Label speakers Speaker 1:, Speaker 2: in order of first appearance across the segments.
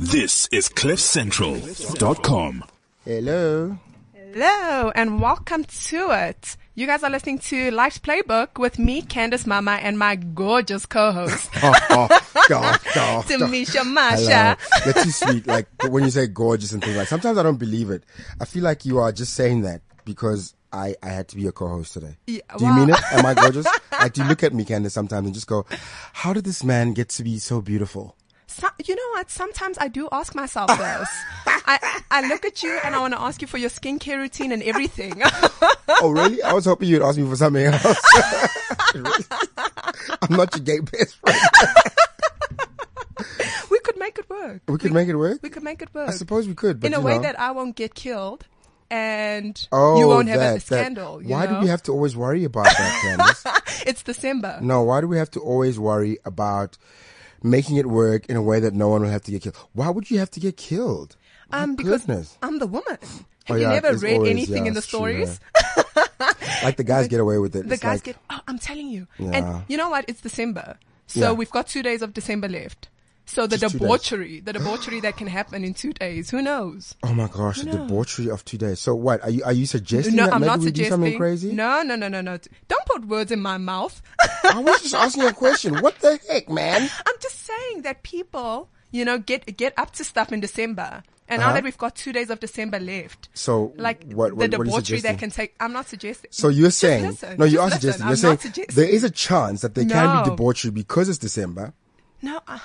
Speaker 1: This is CliffCentral.com.
Speaker 2: Hello.
Speaker 3: Hello and welcome to it. You guys are listening to Life's Playbook with me, Candace Mama, and my gorgeous co-host,
Speaker 2: Oh, oh, God, God,
Speaker 3: Tamisha Masha.
Speaker 2: Hello. You're too sweet. Like when you say gorgeous and things like sometimes I don't believe it. I feel like you are just saying that because I, I had to be a co-host today.
Speaker 3: Yeah,
Speaker 2: do you
Speaker 3: wow.
Speaker 2: mean it? Am I gorgeous? like do you look at me, Candace, sometimes and just go, how did this man get to be so beautiful?
Speaker 3: So, you know what? Sometimes I do ask myself this. I, I look at you and I want to ask you for your skincare routine and everything.
Speaker 2: Oh, really? I was hoping you'd ask me for something else. Really? I'm not your gay best friend.
Speaker 3: we could make it work.
Speaker 2: We could make it work.
Speaker 3: We could make it work.
Speaker 2: I suppose we could, but
Speaker 3: in a
Speaker 2: you
Speaker 3: way
Speaker 2: know.
Speaker 3: that I won't get killed and
Speaker 2: Oh,
Speaker 3: you won't have
Speaker 2: that,
Speaker 3: a
Speaker 2: that.
Speaker 3: scandal. you
Speaker 2: Why
Speaker 3: know?
Speaker 2: do we have to always worry about that, Candace?
Speaker 3: It's December.
Speaker 2: No, why do we have to always worry about making it work in a way that no one will have to get killed? Why would you have to get killed? My
Speaker 3: Um, because
Speaker 2: goodness.
Speaker 3: I'm the woman.
Speaker 2: Oh,
Speaker 3: Have you
Speaker 2: yeah,
Speaker 3: never
Speaker 2: it's
Speaker 3: read
Speaker 2: always-
Speaker 3: anything
Speaker 2: yeah,
Speaker 3: in the
Speaker 2: it's true,
Speaker 3: stories?
Speaker 2: like the guys get away with it.
Speaker 3: the
Speaker 2: It's
Speaker 3: guys
Speaker 2: like,
Speaker 3: get, oh, I'm telling you.
Speaker 2: Yeah.
Speaker 3: And you know what? It's December. So
Speaker 2: Yeah.
Speaker 3: we've got two days of December left. So the
Speaker 2: Just two days.
Speaker 3: debauchery, the debauchery that can happen in two days, who knows?
Speaker 2: oh my gosh, the debauchery of today. So what are you? Are you suggesting
Speaker 3: No,
Speaker 2: that
Speaker 3: I'm
Speaker 2: maybe
Speaker 3: not
Speaker 2: we
Speaker 3: suggesting.
Speaker 2: do something crazy?
Speaker 3: No, no, no, no, no. Don't put words in my mouth.
Speaker 2: I was just asking you a question. What the heck, man?
Speaker 3: I'm just saying that people, you know, get get up to stuff in December. And now
Speaker 2: Uh-huh.
Speaker 3: that we've got two days of December left,
Speaker 2: So
Speaker 3: like
Speaker 2: what? what
Speaker 3: the
Speaker 2: what are you
Speaker 3: debauchery that
Speaker 2: suggesting?
Speaker 3: can take, I'm not suggesting.
Speaker 2: So you're
Speaker 3: Just
Speaker 2: saying
Speaker 3: listen,
Speaker 2: no? You are
Speaker 3: just listen.
Speaker 2: suggesting.
Speaker 3: I'm
Speaker 2: You're saying
Speaker 3: not suggesting.
Speaker 2: there is a chance that there can be
Speaker 3: No.
Speaker 2: debauchery because it's December.
Speaker 3: No, uh,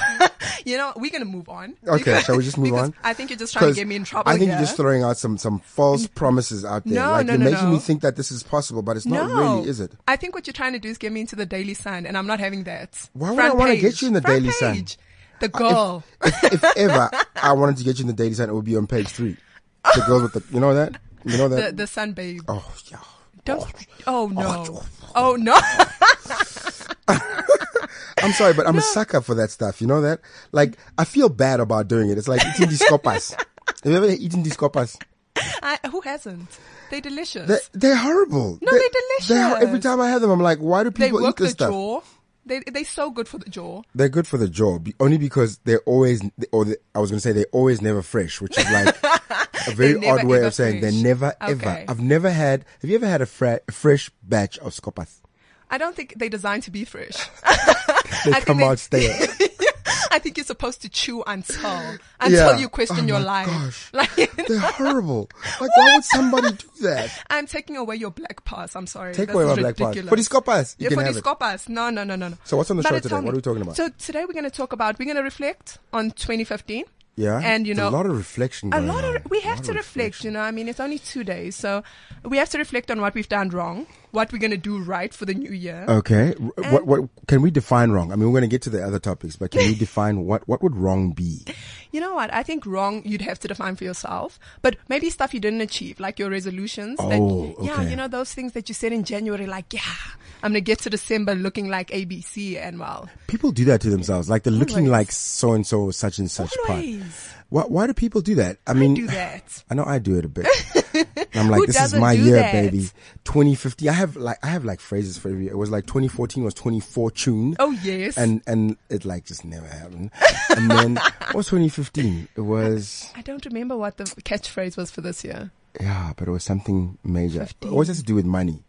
Speaker 3: you know we're gonna move on.
Speaker 2: Okay,
Speaker 3: Because-
Speaker 2: shall we just move
Speaker 3: because
Speaker 2: on?
Speaker 3: I think you're just trying to
Speaker 2: 'Cause
Speaker 3: get me in trouble.
Speaker 2: I think
Speaker 3: here.
Speaker 2: you're just throwing out some some false promises out there.
Speaker 3: No,
Speaker 2: like
Speaker 3: no,
Speaker 2: you're
Speaker 3: no,
Speaker 2: making
Speaker 3: no.
Speaker 2: me think that this is possible, but it's
Speaker 3: no,
Speaker 2: not really, is it?
Speaker 3: I think what you're trying to do is get me into the Daily Sun, and I'm not having that.
Speaker 2: Why would
Speaker 3: Front
Speaker 2: I wanna
Speaker 3: page.
Speaker 2: get you in the
Speaker 3: Front
Speaker 2: Daily Sun? uh,
Speaker 3: page. The girl.
Speaker 2: If ever I wanted to get you in the dating center, it would be on page three. The girls with the you know that? You know
Speaker 3: the,
Speaker 2: that?
Speaker 3: the sun babe.
Speaker 2: oh yeah.
Speaker 3: Don't, oh no. Oh no.
Speaker 2: I'm sorry, but I'm a sucker for that stuff. You know that? Like I feel bad about doing it. It's like eating these copas. Have you ever eaten these copas?
Speaker 3: I, who hasn't? They're delicious.
Speaker 2: They're, they're horrible.
Speaker 3: No, they're
Speaker 2: hor- every
Speaker 3: delicious.
Speaker 2: time I have them, I'm like, why do
Speaker 3: they
Speaker 2: people eat
Speaker 3: work the
Speaker 2: this stuff?
Speaker 3: jaw. They they so good for the jaw.
Speaker 2: They're good for the jaw, be- only because they're always, or the, I was going to say they're always never fresh, which is like a very
Speaker 3: never,
Speaker 2: odd way
Speaker 3: ever
Speaker 2: of saying
Speaker 3: fresh.
Speaker 2: they're never ever.
Speaker 3: Okay.
Speaker 2: I've never had. Have you ever had a fra- a fresh batch of scopas?
Speaker 3: I don't think they're designed to be fresh.
Speaker 2: They
Speaker 3: I think
Speaker 2: come
Speaker 3: they-
Speaker 2: out stale.
Speaker 3: I think you're supposed to chew until until
Speaker 2: Yeah.
Speaker 3: you question
Speaker 2: Oh
Speaker 3: your
Speaker 2: my
Speaker 3: life.
Speaker 2: gosh.
Speaker 3: Like
Speaker 2: they're horrible. Like why would somebody do that?
Speaker 3: I'm taking away your black pass. I'm sorry.
Speaker 2: Take
Speaker 3: this
Speaker 2: away
Speaker 3: is
Speaker 2: my black pass.
Speaker 3: ridiculous.
Speaker 2: For these coppers, you
Speaker 3: Yeah,
Speaker 2: can
Speaker 3: for
Speaker 2: have
Speaker 3: these
Speaker 2: it.
Speaker 3: coppers. No, no, no, no, no.
Speaker 2: So what's on the
Speaker 3: But
Speaker 2: show
Speaker 3: it's
Speaker 2: today? What are we talking about?
Speaker 3: So today we're going to talk about. We're going to reflect on 2015.
Speaker 2: Yeah,
Speaker 3: And you
Speaker 2: there's
Speaker 3: know,
Speaker 2: a lot of reflection.
Speaker 3: a
Speaker 2: going
Speaker 3: lot
Speaker 2: on.
Speaker 3: of we
Speaker 2: A
Speaker 3: have
Speaker 2: lot
Speaker 3: to
Speaker 2: of
Speaker 3: reflect you know i mean it's only two days so we have to reflect on what we've done wrong what we're going to do right for the new year
Speaker 2: Okay, R- what what can we define wrong? I mean, we're going to get to the other topics, but can we define what what would wrong be?
Speaker 3: you know what i think wrong you'd have to define for yourself but maybe stuff you didn't achieve like your resolutions
Speaker 2: Oh,
Speaker 3: that, yeah
Speaker 2: okay.
Speaker 3: you know those things that you said in january like yeah i'm going to get to december looking like abc and well
Speaker 2: People do that to themselves, like the looking
Speaker 3: Always.
Speaker 2: like so and so, such and such part.
Speaker 3: Always.
Speaker 2: Why, why do people do that? I mean,
Speaker 3: do that
Speaker 2: I know I do it a bit. And I'm like,
Speaker 3: Who
Speaker 2: this is
Speaker 3: doesn't
Speaker 2: my
Speaker 3: do
Speaker 2: year,
Speaker 3: that?
Speaker 2: baby. 2050. I have like, I have like phrases for every. It was like 2014 was 2014.
Speaker 3: Oh, yes.
Speaker 2: And and it like just never happened. And then what was 2015? It was
Speaker 3: i don't remember what the catchphrase was for this year
Speaker 2: yeah, but it was something major. It always has to do with money.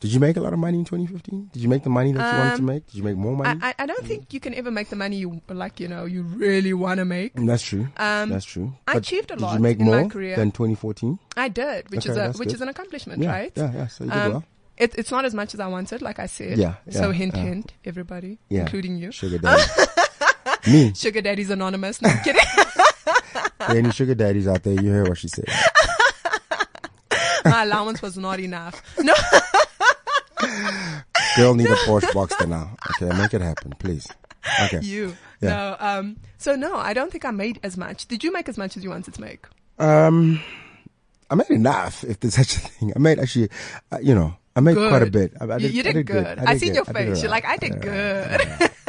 Speaker 2: Did you make a lot of money in 2015? Did you make the money that you wanted to
Speaker 3: Um,
Speaker 2: make? Did you make more money?
Speaker 3: I, I, I don't think you can ever make the money you like you know you really want to make
Speaker 2: And that's true.
Speaker 3: um,
Speaker 2: that's true.
Speaker 3: I
Speaker 2: But
Speaker 3: achieved a
Speaker 2: did
Speaker 3: lot
Speaker 2: you make
Speaker 3: in
Speaker 2: more
Speaker 3: my career.
Speaker 2: than 2014?
Speaker 3: I did, which
Speaker 2: Okay,
Speaker 3: is a
Speaker 2: that's
Speaker 3: which
Speaker 2: good.
Speaker 3: is an accomplishment,
Speaker 2: Yeah,
Speaker 3: right? Um,
Speaker 2: yeah, yeah. So you did well.
Speaker 3: It, it's not as much as I wanted, like I said.
Speaker 2: Yeah,
Speaker 3: so
Speaker 2: yeah,
Speaker 3: hint,
Speaker 2: yeah.
Speaker 3: hint, everybody,
Speaker 2: Yeah.
Speaker 3: including you.
Speaker 2: Sugar daddy. Me.
Speaker 3: Sugar daddy's anonymous. No I'm kidding.
Speaker 2: There any sugar daddies out there? You heard what she said.
Speaker 3: My allowance was not enough. No,
Speaker 2: Girl need a Porsche Boxster now. Okay, make it happen, please. Okay.
Speaker 3: you.
Speaker 2: Yeah.
Speaker 3: No. Um. So no, I don't think I made as much. Did you make as much as you wanted to make?
Speaker 2: Um, I made enough, if there's such a thing. I made actually, uh, you know, I made quite a bit.
Speaker 3: Good.
Speaker 2: I, I
Speaker 3: you, you did, good. I, seen your face. You're like, I did good.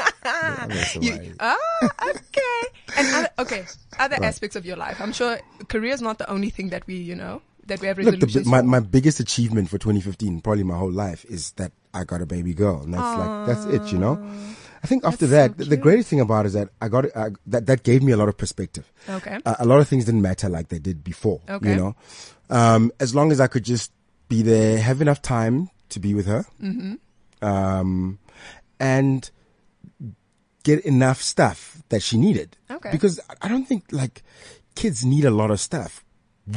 Speaker 3: You, oh, okay. And other, okay, other aspects of your life. I'm sure career is not the only thing that we, you know, that we have
Speaker 2: Look, the,
Speaker 3: resolutions.
Speaker 2: bi- my,
Speaker 3: for.
Speaker 2: my biggest achievement for 2015, probably my whole life, is that I got a baby girl. And that's like, that's it, you know? I think after that, the greatest thing about it is that I got I, that that gave me a lot of perspective.
Speaker 3: Okay.
Speaker 2: Uh, a lot of things didn't matter like they did before.
Speaker 3: Okay.
Speaker 2: You know, um, as long as I could just be there, have enough time to be with her,
Speaker 3: Mm-hmm.
Speaker 2: um, and get enough stuff that she needed.
Speaker 3: Okay.
Speaker 2: Because I- I don't think like kids need a lot of stuff.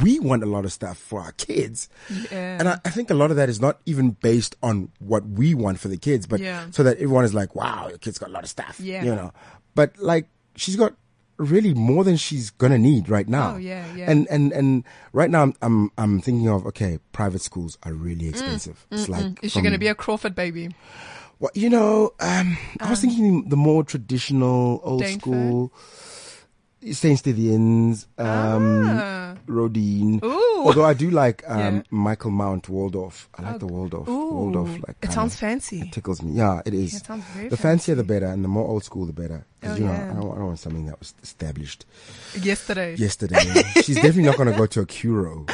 Speaker 2: We want a lot of stuff for our kids.
Speaker 3: Yeah.
Speaker 2: And I, I think a lot of that is not even based on what we want for the kids, but
Speaker 3: Yeah.
Speaker 2: so that everyone is like, wow, your kid's got a lot of stuff.
Speaker 3: Yeah.
Speaker 2: You know, but like she's got really more than she's gonna need right now.
Speaker 3: Oh, yeah, yeah.
Speaker 2: And and and right now I'm I'm, I'm thinking of okay, private schools are really expensive. It's like
Speaker 3: Mm, Is she
Speaker 2: from-
Speaker 3: going to be a Crawford baby?
Speaker 2: well, you know, um, I was thinking the more traditional, old
Speaker 3: Daneford?
Speaker 2: school, St. Stithians, um,
Speaker 3: Ah.
Speaker 2: Rodin.
Speaker 3: Ooh.
Speaker 2: Although I do like um,
Speaker 3: Yeah. Oh,
Speaker 2: Michael Mount Waldorf. I like the Waldorf. Waldorf,
Speaker 3: Ooh,
Speaker 2: like
Speaker 3: it
Speaker 2: kinda
Speaker 3: sounds fancy.
Speaker 2: tickles me. Yeah, it is.
Speaker 3: it sounds very
Speaker 2: the fancier the better, and the more old school the better. 'Cause,
Speaker 3: Oh,
Speaker 2: you know,
Speaker 3: yeah.
Speaker 2: I, don't, I don't want something that was established
Speaker 3: Yesterday.
Speaker 2: yesterday. She's definitely not going to go to a Curo.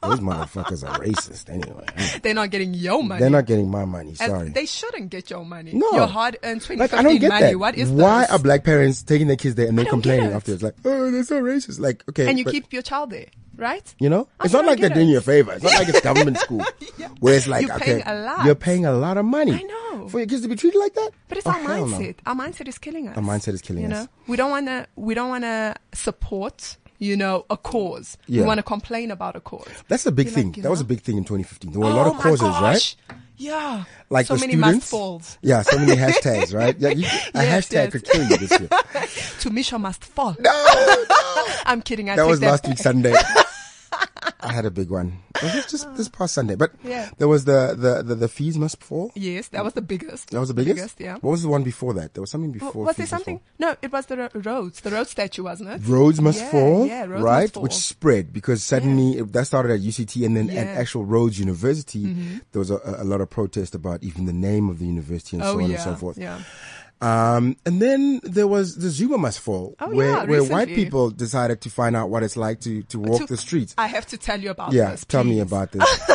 Speaker 2: Those motherfuckers are racist anyway.
Speaker 3: They're not getting your money.
Speaker 2: They're not getting my money.
Speaker 3: And
Speaker 2: Sorry.
Speaker 3: They shouldn't get your money.
Speaker 2: No.
Speaker 3: Your hard earned 2015
Speaker 2: Like I don't get
Speaker 3: money.
Speaker 2: that.
Speaker 3: What is
Speaker 2: Why
Speaker 3: this?
Speaker 2: are black parents taking their kids there and then
Speaker 3: don't get
Speaker 2: complaining
Speaker 3: it.
Speaker 2: afterwards? Like, oh, they're so racist. Like, okay,
Speaker 3: and you
Speaker 2: but,
Speaker 3: keep your child there, right?
Speaker 2: you know,
Speaker 3: I
Speaker 2: it's not
Speaker 3: don't
Speaker 2: like they're
Speaker 3: get
Speaker 2: doing
Speaker 3: it.
Speaker 2: you a favor. It's not like it's government school where it's like,
Speaker 3: You're
Speaker 2: okay,
Speaker 3: paying a lot.
Speaker 2: you're paying a lot of money.
Speaker 3: I know.
Speaker 2: for your kids to be treated like that.
Speaker 3: But it's
Speaker 2: Oh,
Speaker 3: our
Speaker 2: hell no.
Speaker 3: mindset. Our mindset is killing us.
Speaker 2: Our mindset is killing
Speaker 3: you
Speaker 2: us.
Speaker 3: Know? We don't want to. We don't want to support. You know, a cause.
Speaker 2: Yeah.
Speaker 3: We want to complain about a cause.
Speaker 2: That's a big
Speaker 3: You're like,
Speaker 2: thing.
Speaker 3: you
Speaker 2: that was
Speaker 3: know? Oh
Speaker 2: a big thing in 2015. There were a lot of causes,
Speaker 3: my
Speaker 2: right?
Speaker 3: gosh. Yeah.
Speaker 2: Like
Speaker 3: so
Speaker 2: the
Speaker 3: many
Speaker 2: students.
Speaker 3: must falls.
Speaker 2: Yeah, so many hashtags, right? Yeah, you, a
Speaker 3: Yes,
Speaker 2: hashtag
Speaker 3: yes.
Speaker 2: could kill you this year.
Speaker 3: Tumisha must fall.
Speaker 2: No,
Speaker 3: I'm kidding. I
Speaker 2: that
Speaker 3: take
Speaker 2: was
Speaker 3: that
Speaker 2: last
Speaker 3: back.
Speaker 2: week Sunday. I had a big one. Was it just this past Sunday? But
Speaker 3: Yeah.
Speaker 2: there was the, the, the, the fees must fall.
Speaker 3: Yes, that was the biggest.
Speaker 2: That was the biggest?
Speaker 3: yeah.
Speaker 2: What was the one before that? There was something
Speaker 3: W-
Speaker 2: before.
Speaker 3: was there
Speaker 2: Fees Must
Speaker 3: something? No, it was the ro- roads. The road statue, wasn't it?
Speaker 2: Fall. Roads must
Speaker 3: Yeah,
Speaker 2: fall,
Speaker 3: Yeah, roads
Speaker 2: right?
Speaker 3: must fall.
Speaker 2: Which spread because suddenly it- that started at UCT and then at
Speaker 3: Yeah. Mm-hmm.
Speaker 2: actual Rhodes University, there was a, a lot of protest about even the name of the university and
Speaker 3: oh
Speaker 2: so on
Speaker 3: yeah,
Speaker 2: and so forth.
Speaker 3: yeah.
Speaker 2: Um, and then there was the Zuma must fall,
Speaker 3: Oh,
Speaker 2: where
Speaker 3: yeah,
Speaker 2: where white
Speaker 3: recently.
Speaker 2: people decided to find out what it's like to to walk
Speaker 3: To-
Speaker 2: the streets.
Speaker 3: I have to tell you about
Speaker 2: yeah,
Speaker 3: this.
Speaker 2: tell me
Speaker 3: please.
Speaker 2: about this.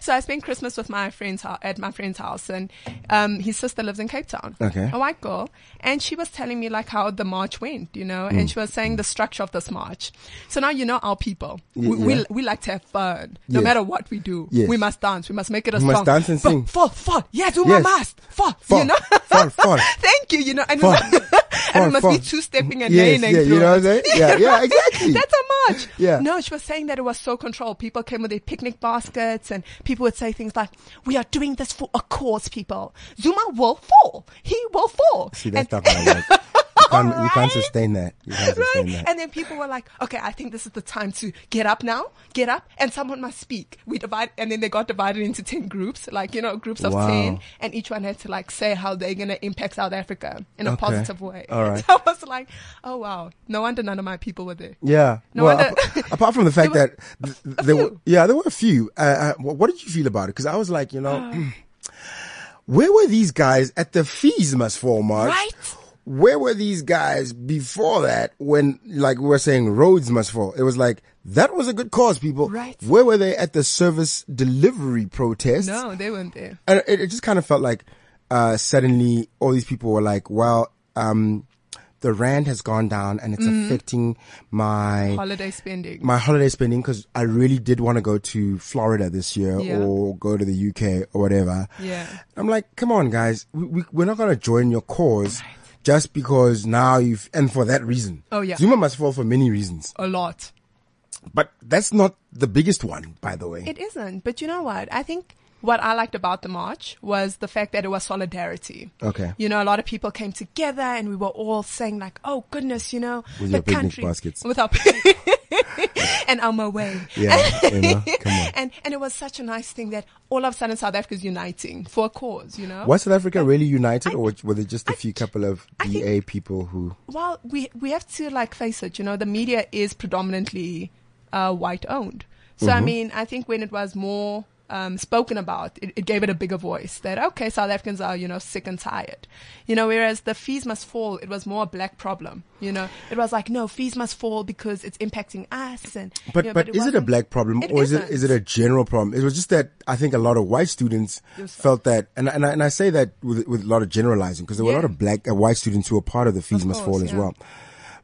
Speaker 3: So I spent Christmas with my friend's hou- at my friend's house, and um, his sister lives in Cape Town.
Speaker 2: Okay.
Speaker 3: a white girl, and she was telling me like how the march went, you know,
Speaker 2: Mm.
Speaker 3: and she was saying the structure of this march. So now you know our people. we,
Speaker 2: yeah.
Speaker 3: we we like to have fun, no
Speaker 2: Yes.
Speaker 3: matter what we do.
Speaker 2: Yes.
Speaker 3: We must dance. We must make it a
Speaker 2: We
Speaker 3: song.
Speaker 2: must dance and
Speaker 3: But
Speaker 2: sing.
Speaker 3: Fall, fall. Yeah, do my
Speaker 2: Yes.
Speaker 3: must. Fall,
Speaker 2: Fall,
Speaker 3: you know.
Speaker 2: fall, fall.
Speaker 3: Thank you. You know, and
Speaker 2: Fall.
Speaker 3: we must, and
Speaker 2: Fall,
Speaker 3: we must
Speaker 2: fall.
Speaker 3: be two stepping and
Speaker 2: yes,
Speaker 3: neighing
Speaker 2: yeah,
Speaker 3: through
Speaker 2: you know what I'm
Speaker 3: it.
Speaker 2: saying? Yeah, yeah, exactly.
Speaker 3: That's a march.
Speaker 2: Yeah.
Speaker 3: No, she was saying that it was so controlled. People came with their picnic baskets and people would say things like, we are doing this for a cause, people. Zuma will fall. He will fall.
Speaker 2: See, that's
Speaker 3: and,
Speaker 2: not gonna work. You can't, you can't
Speaker 3: Alright.
Speaker 2: sustain that. You can't sustain
Speaker 3: Right?
Speaker 2: that.
Speaker 3: And then people were like, okay, I think this is the time to get up now, get up, and someone must speak. We divide, and then they got divided into 10 groups, like, you know, groups of
Speaker 2: Wow.
Speaker 3: 10, and each one had to, like, say how they're going to impact South Africa in a
Speaker 2: Okay.
Speaker 3: positive way.
Speaker 2: Alright.
Speaker 3: So I was like, oh, wow. No wonder none of my people were there.
Speaker 2: Yeah.
Speaker 3: No
Speaker 2: well,
Speaker 3: wonder-
Speaker 2: ap- apart from the fact
Speaker 3: There
Speaker 2: that th- th- there were,
Speaker 3: few.
Speaker 2: yeah, there were a few. Uh, uh, wh- what did you feel about it? Because I was like, you know, hmm, where were these guys at the fees must fall march?
Speaker 3: Right.
Speaker 2: Where were these guys before that when, like, we were saying roads must fall? It was like, that was a good cause, people.
Speaker 3: Right.
Speaker 2: Where were they at the service delivery protests?
Speaker 3: No, they weren't there.
Speaker 2: and it, it just kind of felt like uh, suddenly all these people were like, "Well, um, the rand has gone down, and it's
Speaker 3: Mm-hmm.
Speaker 2: affecting my
Speaker 3: Holiday spending.
Speaker 2: my holiday spending because I really did want to go to Florida this year
Speaker 3: Yeah.
Speaker 2: or go to the UK or whatever."
Speaker 3: Yeah.
Speaker 2: I'm like, "Come on, guys, we, we we're not gonna join your cause." Just because now you've, and for that reason.
Speaker 3: Oh, yeah.
Speaker 2: Zuma must fall for many reasons.
Speaker 3: a lot.
Speaker 2: But that's not the biggest one, by the way.
Speaker 3: It isn't. But you know what? I think what I liked about the march was the fact that it was solidarity.
Speaker 2: Okay.
Speaker 3: You know, a lot of people came together and we were all saying like, oh goodness, you know,
Speaker 2: With
Speaker 3: the
Speaker 2: your picnic
Speaker 3: country.
Speaker 2: baskets.
Speaker 3: With our and on my way.
Speaker 2: yeah, you know, come on.
Speaker 3: And, and it was such a nice thing that all of a sudden South Africa's uniting for a cause, you know?
Speaker 2: Was South Africa really united,
Speaker 3: I-
Speaker 2: or were there just a
Speaker 3: I-
Speaker 2: few couple of
Speaker 3: I think-
Speaker 2: BA people who?
Speaker 3: well, we we have to like face it. You know, the
Speaker 2: Mm-hmm.
Speaker 3: media is predominantly uh, white owned. So I mean, I think when it was more. um, spoken about, it, it gave it a bigger voice that, okay, South Africans are, you know, sick and tired. You know, whereas the fees must fall, it was more a black problem. You know, it was like, no, fees must fall because it's impacting us. And,
Speaker 2: But
Speaker 3: you know,
Speaker 2: but is it a
Speaker 3: wasn't-
Speaker 2: black problem
Speaker 3: It
Speaker 2: or is it
Speaker 3: isn't.
Speaker 2: is it a general problem? It was just that I think a lot of white students felt that, and and I, and I say that with with a lot of generalizing because there were a lot
Speaker 3: Yeah.
Speaker 2: of black uh, white students who were part of the fees must fall as
Speaker 3: course, yeah.
Speaker 2: well.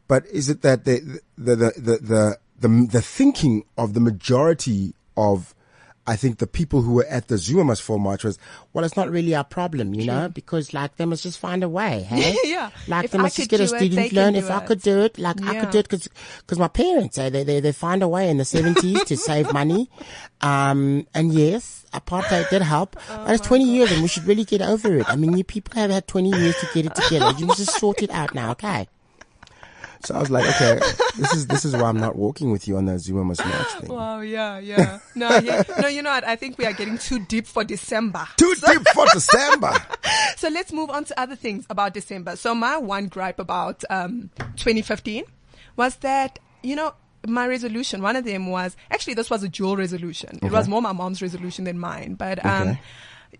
Speaker 2: But is it that the the the the the, the, the thinking of the majority of I think the people who were at the Zuma Must Fall march was, well, it's not really our problem, you know, because like they must just find a way, hey?
Speaker 3: Yeah.
Speaker 4: Like
Speaker 3: If
Speaker 4: they
Speaker 3: I
Speaker 4: must
Speaker 3: could
Speaker 4: just get a
Speaker 3: do it, they
Speaker 4: student
Speaker 3: can
Speaker 4: loan.
Speaker 3: do
Speaker 4: If I
Speaker 3: it.
Speaker 4: could do it, like I
Speaker 3: Yeah.
Speaker 4: could do it because my parents eh, they, they they find a way in the seventies to save money, um and yes, apartheid did help, but it's twenty years and we should really get over it. I mean, you people have had twenty years to get it together. You must just sort it out now, okay?
Speaker 2: So I was like, okay, this is this is why I'm not walking with you on that Zuma Must March thing.
Speaker 3: Wow, yeah, yeah. No, yeah. no, you know what? I think we are getting too deep for December.
Speaker 2: Too deep for December.
Speaker 3: So let's move on to other things about December. So my one gripe about um, 2015 was that, you know, my resolution, one of them was, actually this was a dual resolution. It was more my mom's resolution than mine, but um,
Speaker 2: Okay.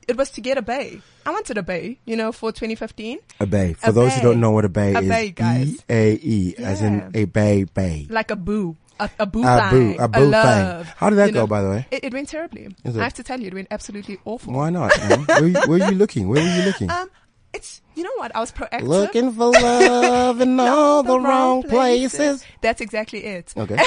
Speaker 3: it was to get a bay. I wanted a bay, you know, for 2015.
Speaker 2: A bay. For
Speaker 3: A
Speaker 2: those who
Speaker 3: bay.
Speaker 2: don't know what a bay
Speaker 3: A
Speaker 2: is,
Speaker 3: bay, guys.
Speaker 2: B A E, as in
Speaker 3: Yeah.
Speaker 2: a bay bay.
Speaker 3: Like a boo. A, a boo
Speaker 2: A boo,
Speaker 3: thing.
Speaker 2: a boo
Speaker 3: love,
Speaker 2: thing. How did that
Speaker 3: you
Speaker 2: go,
Speaker 3: know?
Speaker 2: by the way?
Speaker 3: It, it went terribly. I
Speaker 2: Is it?
Speaker 3: have to tell you, it went absolutely awful.
Speaker 2: Why not? man? where, you- where are you looking? Where were you looking?
Speaker 3: Um, it's you know what I was proactive.
Speaker 4: Looking for love in all the wrong places.
Speaker 3: That's exactly it.
Speaker 2: okay.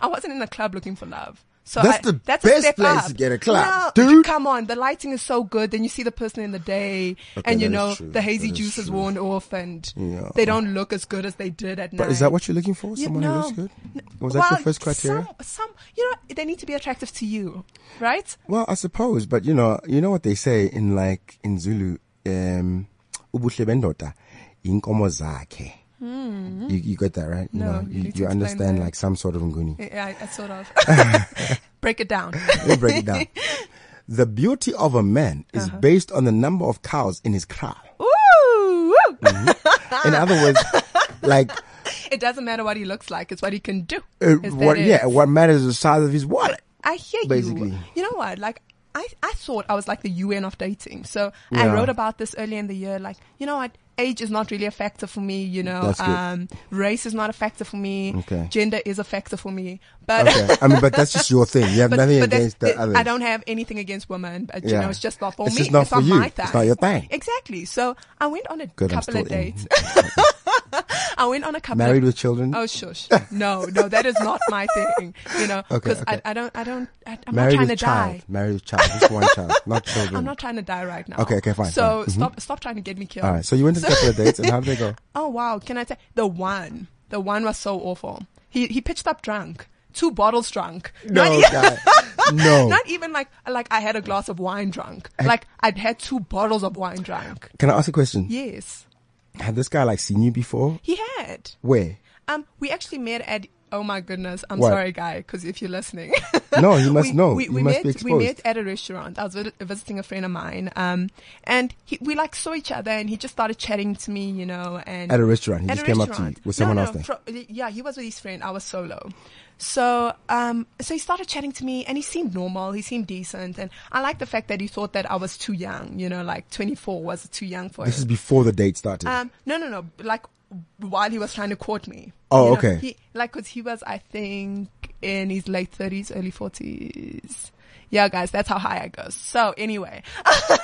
Speaker 3: I wasn't in a club looking for love. So
Speaker 2: That's
Speaker 3: I-
Speaker 2: the
Speaker 3: that's a
Speaker 2: best
Speaker 3: step
Speaker 2: place
Speaker 3: up.
Speaker 2: to get a club,
Speaker 3: No,
Speaker 2: dude.
Speaker 3: Come on, the lighting is so good. Then you see the person in the day,
Speaker 2: Okay,
Speaker 3: and you
Speaker 2: that is
Speaker 3: know
Speaker 2: true.
Speaker 3: the hazy
Speaker 2: That is
Speaker 3: juice is
Speaker 2: true.
Speaker 3: worn off, and
Speaker 2: Yeah.
Speaker 3: they don't look as good as they did at night.
Speaker 2: But is that what you're looking for?
Speaker 3: You
Speaker 2: Someone who
Speaker 3: know,
Speaker 2: looks good?
Speaker 3: n-
Speaker 2: Was that your
Speaker 3: well,
Speaker 2: first criteria?
Speaker 3: Some, some, you know, they need to be attractive to you, right?
Speaker 2: Well, I suppose, but you know, you know what they say in like in Zulu, um, ubuhle bendoda inkomo zakhe. You, you got that right?
Speaker 3: Hmm. No,
Speaker 2: know,
Speaker 3: you
Speaker 2: you,
Speaker 3: need to
Speaker 2: you
Speaker 3: explain
Speaker 2: understand
Speaker 3: that.
Speaker 2: like some sort of nguni.
Speaker 3: Yeah, I, I sort of break it down.
Speaker 2: Let me break it down. The beauty of a man is
Speaker 3: Uh-huh.
Speaker 2: based on the number of cows in his kraal.
Speaker 3: Ooh, woo.
Speaker 2: Mm-hmm. In
Speaker 3: Ah.
Speaker 2: other words, like
Speaker 3: it doesn't matter what he looks like; it's what he can do.
Speaker 2: uh,
Speaker 3: Is that
Speaker 2: what?
Speaker 3: it?
Speaker 2: Yeah, what matters is the size of his wallet.
Speaker 3: I hear
Speaker 2: Basically.
Speaker 3: you. You know what? Like, I, I thought I was like the UN of dating. So
Speaker 2: Yeah.
Speaker 3: I wrote about this earlier in the year. Like, you know what? Age is not really a factor for me. You know,
Speaker 2: That's good.
Speaker 3: um, race is not a factor for me.
Speaker 2: Okay.
Speaker 3: Gender is a factor for me. But,
Speaker 2: Okay, I mean, but that's just your thing. You have
Speaker 3: but,
Speaker 2: nothing
Speaker 3: but that's-
Speaker 2: against the
Speaker 3: th-
Speaker 2: others.
Speaker 3: I don't have anything against women. But, you
Speaker 2: Yeah.
Speaker 3: know, it's just not for
Speaker 2: It's
Speaker 3: me.
Speaker 2: just not
Speaker 3: it's
Speaker 2: for
Speaker 3: not
Speaker 2: you.
Speaker 3: my
Speaker 2: It's
Speaker 3: thing.
Speaker 2: not your thing.
Speaker 3: Exactly. So I went on a
Speaker 2: Good, I'm
Speaker 3: couple
Speaker 2: still
Speaker 3: of
Speaker 2: in.
Speaker 3: dates. I went on a couple
Speaker 2: Married
Speaker 3: of
Speaker 2: with children.
Speaker 3: Oh shush! No, no, that is not my thing. You know,
Speaker 2: Okay,
Speaker 3: because
Speaker 2: okay.
Speaker 3: I, I don't, I don't, I, I'm
Speaker 2: married
Speaker 3: not trying
Speaker 2: with
Speaker 3: to
Speaker 2: child.
Speaker 3: die.
Speaker 2: Married with child. Just one child, not children.
Speaker 3: I'm not trying to die right now.
Speaker 2: Okay, okay, fine,
Speaker 3: So
Speaker 2: fine. Mhm.
Speaker 3: stop, stop trying to get me killed.
Speaker 2: All right. So you went to a couple of dates, and how did they go?
Speaker 3: Oh wow, can I tell the one? The one was so awful. He he pitched up drunk, two bottles drunk. not,
Speaker 2: No,
Speaker 3: e-
Speaker 2: God. No.
Speaker 3: not even like like I had a glass of wine drunk. Like I'd had two bottles of wine drunk.
Speaker 2: Can I ask a question?
Speaker 3: Yes,
Speaker 2: Had this guy like seen you before?
Speaker 3: he had.
Speaker 2: Where?
Speaker 3: Um, we actually met at. Oh my goodness, I'm
Speaker 2: What?
Speaker 3: sorry, guy, because if you're listening,
Speaker 2: No, he must
Speaker 3: we,
Speaker 2: know.
Speaker 3: We,
Speaker 2: He
Speaker 3: we
Speaker 2: must
Speaker 3: met,
Speaker 2: be
Speaker 3: We
Speaker 2: exposed.
Speaker 3: met at a restaurant. I was vi- visiting a friend of mine, um, and he, we like saw each other, and he just started chatting to me, you know, and
Speaker 2: At a restaurant. He
Speaker 3: At a
Speaker 2: just came up to
Speaker 3: restaurant.
Speaker 2: you. Was
Speaker 3: No,
Speaker 2: someone
Speaker 3: no,
Speaker 2: else there?
Speaker 3: fro- yeah, he was with his friend. I was solo, so um, so he started chatting to me, and he seemed normal. He seemed decent, and I like the fact that he thought that I was too young. You know, like 24 was too young for
Speaker 2: This is
Speaker 3: him.
Speaker 2: before the date started.
Speaker 3: Um, no, no, no. Like while he was trying to court me.
Speaker 2: Oh,
Speaker 3: You know,
Speaker 2: okay.
Speaker 3: He, like, cause he was, I think, in his late thirties, early forties. Yeah, guys, that's how high I go. So anyway,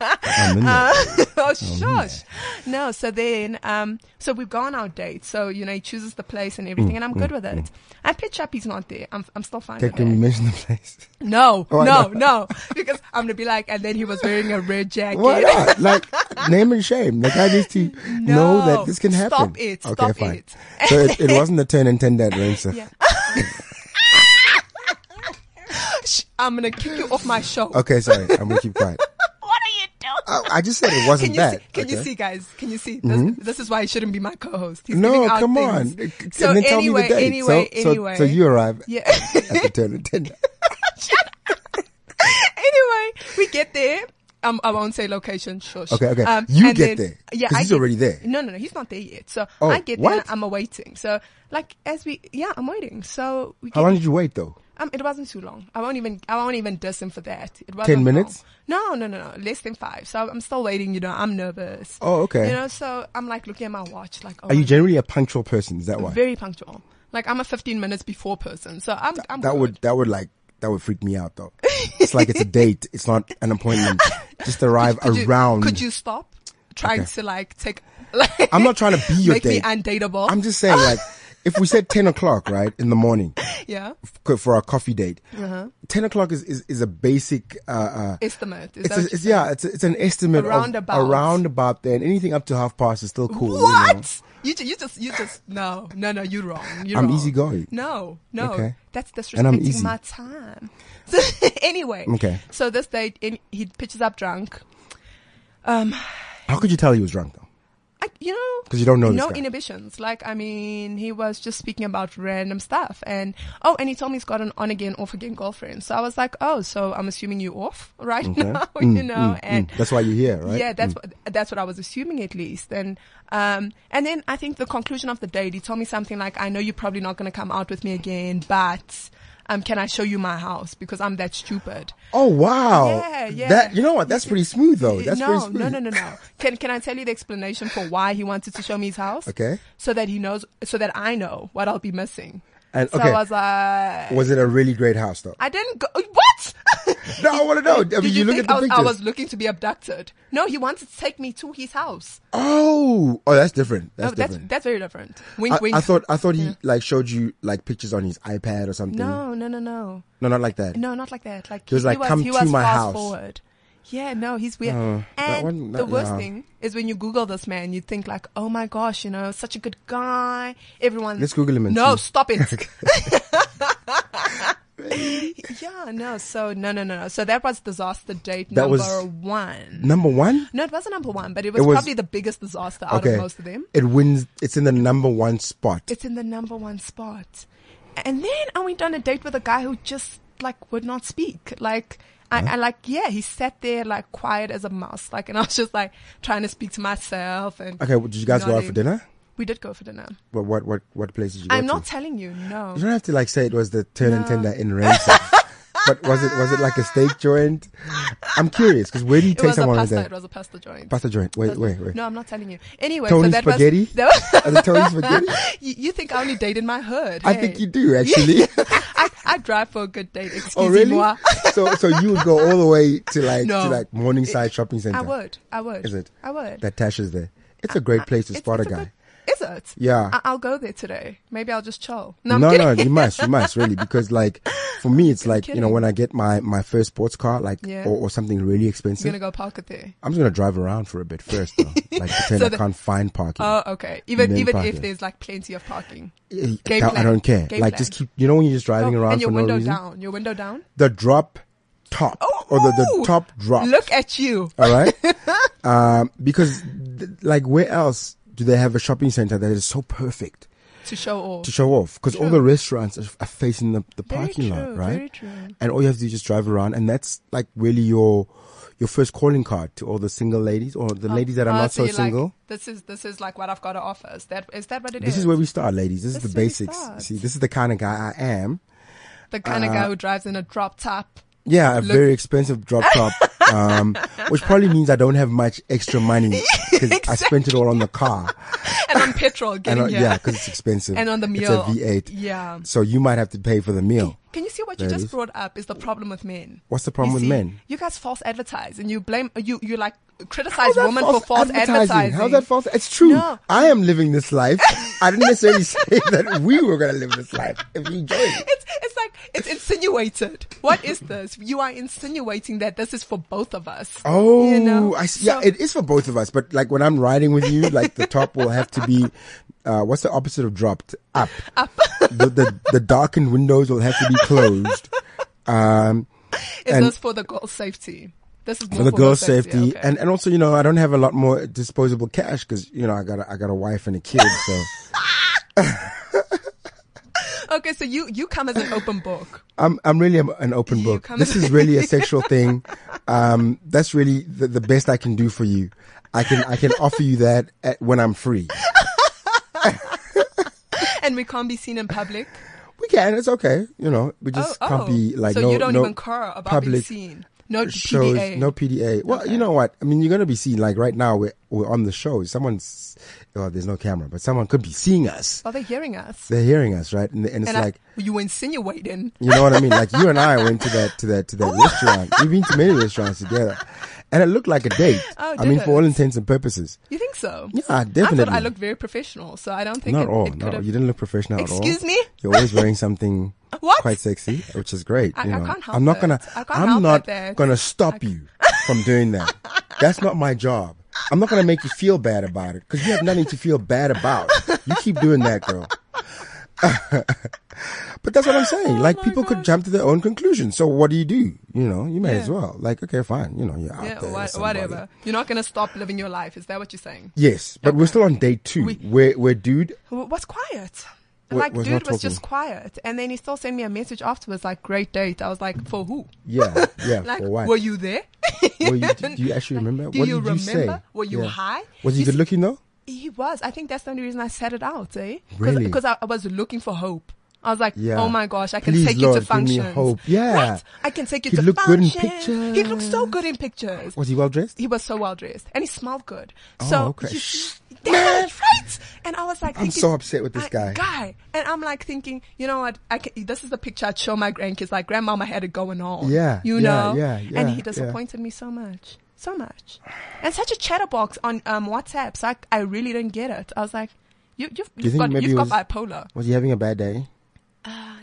Speaker 2: I'm in there.
Speaker 3: oh shush. No, so then, um, so we've gone our date. So you know, he chooses the place and everything, and I'm good with
Speaker 2: Mm,
Speaker 3: it. I pitch up, he's not there. I'm, I'm still fine.
Speaker 2: Okay,
Speaker 3: with
Speaker 2: can
Speaker 3: it.
Speaker 2: we mention the place?
Speaker 3: No,
Speaker 2: Why
Speaker 3: no,
Speaker 2: not?
Speaker 3: no, because I'm gonna be like, and then he was wearing a red jacket.
Speaker 2: Why not? Like, name and shame. The guy needs to know that
Speaker 3: No.
Speaker 2: this can happen.
Speaker 3: Stop it.
Speaker 2: Okay,
Speaker 3: Stop
Speaker 2: fine.
Speaker 3: it.
Speaker 2: So it, it wasn't the 10 and 10 that rain, sir.
Speaker 3: Yeah. Shh, I'm gonna kick you off my show.
Speaker 2: Okay, sorry. I'm going to keep quiet.
Speaker 3: What are you doing?
Speaker 2: I, I just said it wasn't
Speaker 3: Can you
Speaker 2: that.
Speaker 3: see? Can you
Speaker 2: okay? Mm-hmm.
Speaker 3: see, guys? Can you see? This, this is why he shouldn't be my co-host. He's
Speaker 2: No,
Speaker 3: giving out
Speaker 2: come
Speaker 3: things.
Speaker 2: on. C-
Speaker 3: So
Speaker 2: and then tell
Speaker 3: anyway,
Speaker 2: me the date.
Speaker 3: anyway,
Speaker 2: so, so,
Speaker 3: anyway.
Speaker 2: So you arrive
Speaker 3: yeah.
Speaker 2: at the 10 and 10.
Speaker 3: anyway, we get there. Um, I won't say location. Shush. Um,
Speaker 2: Okay, okay. You
Speaker 3: and
Speaker 2: get there, 'cause he's already there.
Speaker 3: No, no, no. He's not there yet. So
Speaker 2: Oh,
Speaker 3: I get there.
Speaker 2: what?
Speaker 3: and I'm awaiting. So like as we, yeah, I'm waiting. So we
Speaker 2: How
Speaker 3: get-
Speaker 2: long did you wait though?
Speaker 3: Um, it wasn't too long. I won't even I won't even diss him for that. It was
Speaker 2: 10 minutes?
Speaker 3: No, no, no, no, less than five. So I'm still waiting. You know, I'm nervous.
Speaker 2: Oh, okay.
Speaker 3: You know, so I'm like looking at my watch. Like, oh,
Speaker 2: Are you
Speaker 3: my-
Speaker 2: generally a punctual person? Is that why?
Speaker 3: very punctual? Like I'm a 15 minutes before person. So I'm I'm
Speaker 2: That
Speaker 3: good.
Speaker 2: would that would like that would freak me out though. it's like it's a date. It's not an appointment. Just arrive
Speaker 3: could
Speaker 2: around.
Speaker 3: You, could you stop trying to like take? Like,
Speaker 2: I'm not trying to be your
Speaker 3: make
Speaker 2: date.
Speaker 3: me undateable.
Speaker 2: I'm just saying like if we said ten o'clock right in the morning
Speaker 3: yeah.
Speaker 2: for- for our coffee date,
Speaker 3: Uh-huh.
Speaker 2: ten o'clock is is, is a basic. Uh, uh,
Speaker 3: Estimate. Is
Speaker 2: it's,
Speaker 3: that
Speaker 2: a,
Speaker 3: what you
Speaker 2: it's yeah, it's, a- it's an estimate
Speaker 3: A
Speaker 2: of
Speaker 3: roundabout.
Speaker 2: around about there, and anything up to half past is still cool. you know?
Speaker 3: What? You, ju- you just, you just, no, no, no, you're wrong. You're
Speaker 2: I'm
Speaker 3: wrong.
Speaker 2: easygoing.
Speaker 3: No, no.
Speaker 2: Okay.
Speaker 3: That's
Speaker 2: And I'm
Speaker 3: disrespecting
Speaker 2: easy.
Speaker 3: my time. So, anyway.
Speaker 2: Okay.
Speaker 3: So this day, in, he pitches up drunk. Um,
Speaker 2: How could you tell he was drunk though?
Speaker 3: I, you know,
Speaker 2: 'Cause you don't know this
Speaker 3: no
Speaker 2: guy.
Speaker 3: inhibitions. Like, I mean, he was just speaking about random stuff, and oh, and he told me he's got an on again, off again girlfriend. So I was like, oh, so I'm assuming you off right now,
Speaker 2: Mm,
Speaker 3: you know, and.
Speaker 2: That's why you're here, right? Mm.
Speaker 3: Yeah, that's what that's what I was assuming at least. And um, and then I think the conclusion of the date, he told me something like, "I know you're probably not going to come out with me again, but um, can I show you my house because I'm that stupid?"
Speaker 2: Oh wow!
Speaker 3: Yeah, yeah.
Speaker 2: That you know what? That's pretty smooth though. Oh, That's pretty
Speaker 3: no,
Speaker 2: smooth.
Speaker 3: no, no, no, no. Can can I tell you the explanation for why he wanted to show me his house?
Speaker 2: Okay.
Speaker 3: So that he knows, so that I know what I'll be missing.
Speaker 2: And
Speaker 3: so
Speaker 2: okay,
Speaker 3: I was like,
Speaker 2: was it a really great house though?
Speaker 3: I didn't go. What?
Speaker 2: No, I want to know. I
Speaker 3: Did
Speaker 2: mean, you, look at
Speaker 3: think
Speaker 2: the
Speaker 3: I was,
Speaker 2: pictures.
Speaker 3: I was looking to be abducted. No, he wanted to take me to his house.
Speaker 2: oh, oh, that's different. That's
Speaker 3: No, that's
Speaker 2: different.
Speaker 3: that's very different. Wink,
Speaker 2: I,
Speaker 3: wink.
Speaker 2: I thought I thought he like showed you like pictures on his iPad or something.
Speaker 3: no, no, no, no,
Speaker 2: no, not like that.
Speaker 3: no, not like that. Like
Speaker 2: He was like, "Come
Speaker 3: he
Speaker 2: to
Speaker 3: was
Speaker 2: my
Speaker 3: fast
Speaker 2: house." Oh,
Speaker 3: Forward. Yeah, no, he's weird.
Speaker 2: that
Speaker 3: and
Speaker 2: one-
Speaker 3: the
Speaker 2: that-
Speaker 3: worst
Speaker 2: yeah.
Speaker 3: thing is when you Google this man, you think like, "Oh my gosh, you know, such a good guy." Everyone.
Speaker 2: Let's Google him and
Speaker 3: no,
Speaker 2: see.
Speaker 3: stop it. yeah, no. So no, no, no, no. So that was disaster date
Speaker 2: That
Speaker 3: number
Speaker 2: was-
Speaker 3: one.
Speaker 2: Number one.
Speaker 3: No, it wasn't number one, but it was,
Speaker 2: was-
Speaker 3: probably the biggest disaster out
Speaker 2: Okay.
Speaker 3: of most of them.
Speaker 2: It wins. It's in the number one spot.
Speaker 3: It's in the number one spot. And then I went on a date with a guy who just like would not speak. Like I, I like yeah, he sat there like quiet as a mouse. Like and I was just like trying to speak to myself and
Speaker 2: okay, well, did you guys go out for
Speaker 3: nodding.
Speaker 2: dinner?
Speaker 3: We did go for dinner.
Speaker 2: What what what what place did you go
Speaker 3: I'm
Speaker 2: to?
Speaker 3: not telling you, no.
Speaker 2: You don't have to like say it was the turn and tender in ransom. but was it was it like a steak joint? I'm curious because where do you
Speaker 3: It
Speaker 2: take
Speaker 3: was a
Speaker 2: someone like
Speaker 3: pasta.
Speaker 2: that?
Speaker 3: It was a pasta joint.
Speaker 2: Pasta joint. Wait, wait, wait.
Speaker 3: No, I'm not telling you. Anyway,
Speaker 2: Tony
Speaker 3: so that
Speaker 2: spaghetti?
Speaker 3: was that was-
Speaker 2: Are they Tony spaghetti?
Speaker 3: you, you think I only date in my hood?
Speaker 2: I
Speaker 3: hey.
Speaker 2: think you do actually.
Speaker 3: I, I drive for a good date. Excuse
Speaker 2: oh really?
Speaker 3: moi.
Speaker 2: so so you would go all the way to like to
Speaker 3: No.
Speaker 2: like Morningside Shopping Center.
Speaker 3: I would. I would.
Speaker 2: Is it?
Speaker 3: I would.
Speaker 2: That Tash is there. It's a great place to
Speaker 3: It's-
Speaker 2: spot
Speaker 3: it's
Speaker 2: a guy.
Speaker 3: good- is it?
Speaker 2: Yeah.
Speaker 3: I- I'll go there today. Maybe I'll just chill. No,
Speaker 2: No,
Speaker 3: I'm
Speaker 2: no,
Speaker 3: kidding.
Speaker 2: you must, you must really because like for me it's like you know
Speaker 3: kidding.
Speaker 2: when I get my my first sports car like
Speaker 3: Yeah.
Speaker 2: or, or something really
Speaker 3: I'm
Speaker 2: expensive.
Speaker 3: gonna go park it there.
Speaker 2: I'm just gonna drive around for a bit first, though. like pretend
Speaker 3: So
Speaker 2: I
Speaker 3: the-
Speaker 2: can't find parking.
Speaker 3: Oh, okay. Even
Speaker 2: Then
Speaker 3: even
Speaker 2: park
Speaker 3: if
Speaker 2: it.
Speaker 3: there's like plenty of parking.
Speaker 2: Eh,
Speaker 3: game
Speaker 2: I- I
Speaker 3: plan,
Speaker 2: don't care.
Speaker 3: game
Speaker 2: like
Speaker 3: plan.
Speaker 2: just keep. You know when you're just driving
Speaker 3: Oh,
Speaker 2: around
Speaker 3: and your
Speaker 2: for no
Speaker 3: window
Speaker 2: reason.
Speaker 3: down. Your window down.
Speaker 2: The drop top
Speaker 3: Oh,
Speaker 2: or the, the
Speaker 3: ooh.
Speaker 2: top drop.
Speaker 3: Look at you.
Speaker 2: All right. um, because th- like where else do they have a shopping center that is so perfect
Speaker 3: To show off.
Speaker 2: to show off? Because all the restaurants are, are facing the, the
Speaker 3: Very
Speaker 2: parking lot,
Speaker 3: true,
Speaker 2: right?
Speaker 3: very true.
Speaker 2: And all you have to do is just drive around, and that's like really your your first calling card to all the single ladies or the ladies that are
Speaker 3: Oh,
Speaker 2: not so,
Speaker 3: you're like,
Speaker 2: single.
Speaker 3: this is this is like what I've got to offer. Is that is that what it is?
Speaker 2: This is where we start, ladies. This,
Speaker 3: This
Speaker 2: is
Speaker 3: is
Speaker 2: the
Speaker 3: where we
Speaker 2: basics.
Speaker 3: start.
Speaker 2: See, this is the kind of guy I am.
Speaker 3: the kind
Speaker 2: uh,
Speaker 3: of guy who drives in a drop top.
Speaker 2: Yeah, a very expensive drop top, um, which probably means I don't have much extra money because I spent it all on the car.
Speaker 3: And on petrol
Speaker 2: And
Speaker 3: getting
Speaker 2: uh,
Speaker 3: here.
Speaker 2: yeah, because it's expensive.
Speaker 3: And on the meal.
Speaker 2: it's a V8.
Speaker 3: Yeah.
Speaker 2: So you might have to pay for the meal.
Speaker 3: Can you see what
Speaker 2: There
Speaker 3: you
Speaker 2: it
Speaker 3: just
Speaker 2: is.
Speaker 3: brought up is the problem with men?
Speaker 2: What's the problem
Speaker 3: You
Speaker 2: with
Speaker 3: see,
Speaker 2: men?
Speaker 3: You guys false advertise and you blame you you like criticize
Speaker 2: How's that
Speaker 3: women for false advertising.
Speaker 2: How's that false? It's true.
Speaker 3: No.
Speaker 2: I am living this life. I didn't necessarily say that we were going to live this life. If you join,
Speaker 3: It's it's like it's insinuated. What is this? You are insinuating that this is for both of us.
Speaker 2: Oh,
Speaker 3: you know?
Speaker 2: I see. Yeah,
Speaker 3: So-
Speaker 2: it is for both of us. But like when I'm riding with you, like the top will have to be, uh, what's the opposite of dropped? Up. Up. the, the, the darkened windows will have to be closed. Um,
Speaker 3: is
Speaker 2: and-
Speaker 3: this for the girl's safety? This is more
Speaker 2: for the girl's safety.
Speaker 3: okay.
Speaker 2: And, and also, you know, I don't have a lot more disposable cash because, you know, I got a, I got a wife and a kid. So
Speaker 3: okay, so you you come as an open book.
Speaker 2: I'm, I'm really an open book.
Speaker 3: come-
Speaker 2: This is really a sexual thing. Um, that's really the, the best I can do for you. I can, I can offer you that at, when I'm free.
Speaker 3: and we can't be seen in public. Oh,
Speaker 2: We can. It's okay. You know, we just can't be like
Speaker 3: so
Speaker 2: no,
Speaker 3: you don't
Speaker 2: no
Speaker 3: even care about being
Speaker 2: public
Speaker 3: seen. No
Speaker 2: shows,
Speaker 3: PDA.
Speaker 2: no PDA. Well, you know what? I mean, you're gonna be seen. Like right now, we're we're on the show. Someone's well, there's no camera, but someone could be seeing us.
Speaker 3: Are they hearing us?
Speaker 2: They're hearing us, right? And, and it's
Speaker 3: And
Speaker 2: like.
Speaker 3: I, you insinuating.
Speaker 2: You know what I mean? Like you and I went to that to that to that restaurant. We've been to many restaurants together, and it looked like a date.
Speaker 3: Oh,
Speaker 2: I mean,
Speaker 3: did
Speaker 2: for all intents and purposes,
Speaker 3: You think so?
Speaker 2: Yeah,
Speaker 3: I thought
Speaker 2: definitely.
Speaker 3: I looked very professional, so I don't think
Speaker 2: not
Speaker 3: it,
Speaker 2: all.
Speaker 3: it could
Speaker 2: No,
Speaker 3: have.
Speaker 2: you didn't look professional at all.
Speaker 3: Excuse me?
Speaker 2: You're always wearing something
Speaker 3: What?
Speaker 2: quite sexy, which is great.
Speaker 3: I-
Speaker 2: you
Speaker 3: I
Speaker 2: know,
Speaker 3: can't help
Speaker 2: I'm not
Speaker 3: it.
Speaker 2: gonna.
Speaker 3: I can't
Speaker 2: am
Speaker 3: help
Speaker 2: not
Speaker 3: it.
Speaker 2: gonna stop you from doing that. That's not my job. I'm not gonna make you feel bad about it because you have nothing to feel bad about. You keep doing that, girl. but that's what I'm
Speaker 3: Oh
Speaker 2: saying. Like people could jump to their own conclusions. So what do you do? You know, you may as well. Like, okay, fine. You know, you're out
Speaker 3: yeah,
Speaker 2: there.
Speaker 3: wha-
Speaker 2: with somebody.
Speaker 3: whatever. You're not gonna stop living your life. Is that what you're saying?
Speaker 2: Yes, but we're still on day two.
Speaker 3: We-
Speaker 2: where where dude
Speaker 3: Wh- was quiet.
Speaker 2: Wa-
Speaker 3: like,
Speaker 2: was
Speaker 3: dude
Speaker 2: not
Speaker 3: was just
Speaker 2: talking.
Speaker 3: quiet. And then he still sent me a message afterwards, like, great date. I was like, for who?
Speaker 2: Yeah, yeah.
Speaker 3: Like,
Speaker 2: for what?
Speaker 3: were you there?
Speaker 2: Were you- do you actually remember?
Speaker 3: do
Speaker 2: what
Speaker 3: you
Speaker 2: did you
Speaker 3: remember?
Speaker 2: say?
Speaker 3: Were you high?
Speaker 2: Was he
Speaker 3: You
Speaker 2: good
Speaker 3: s-
Speaker 2: looking though?
Speaker 3: He was. I think that's the only reason I set it out, eh?
Speaker 2: Really?
Speaker 3: Because I, I was looking for hope. I was like,
Speaker 2: Yeah.
Speaker 3: oh my gosh, I can
Speaker 2: Please,
Speaker 3: take you
Speaker 2: Lord,
Speaker 3: to
Speaker 2: give me
Speaker 3: functions.
Speaker 2: hope. Yeah.
Speaker 3: Right? I can take you
Speaker 2: He
Speaker 3: to
Speaker 2: looked good in
Speaker 3: functions. He looked so good in pictures.
Speaker 2: Was he well dressed?
Speaker 3: He was so well dressed and he smelled good. so
Speaker 2: Oh, okay.
Speaker 3: you
Speaker 2: Shh.
Speaker 3: see- That's right. And I was like,
Speaker 2: I'm
Speaker 3: thinking-
Speaker 2: so upset with this
Speaker 3: I-
Speaker 2: guy.
Speaker 3: Guy, and I'm like thinking, you know what? I can, this is the picture I'd show my grandkids. Like grandmama had it going on.
Speaker 2: Yeah,
Speaker 3: you
Speaker 2: yeah,
Speaker 3: know.
Speaker 2: yeah,
Speaker 3: And
Speaker 2: yeah,
Speaker 3: he disappointed me so much, so much, and such a chatterbox on um, WhatsApp. So I, I really didn't get it. I was like, you, you've, you've
Speaker 2: think
Speaker 3: got,
Speaker 2: maybe
Speaker 3: you've got
Speaker 2: it was-
Speaker 3: bipolar.
Speaker 2: Was he having a bad day?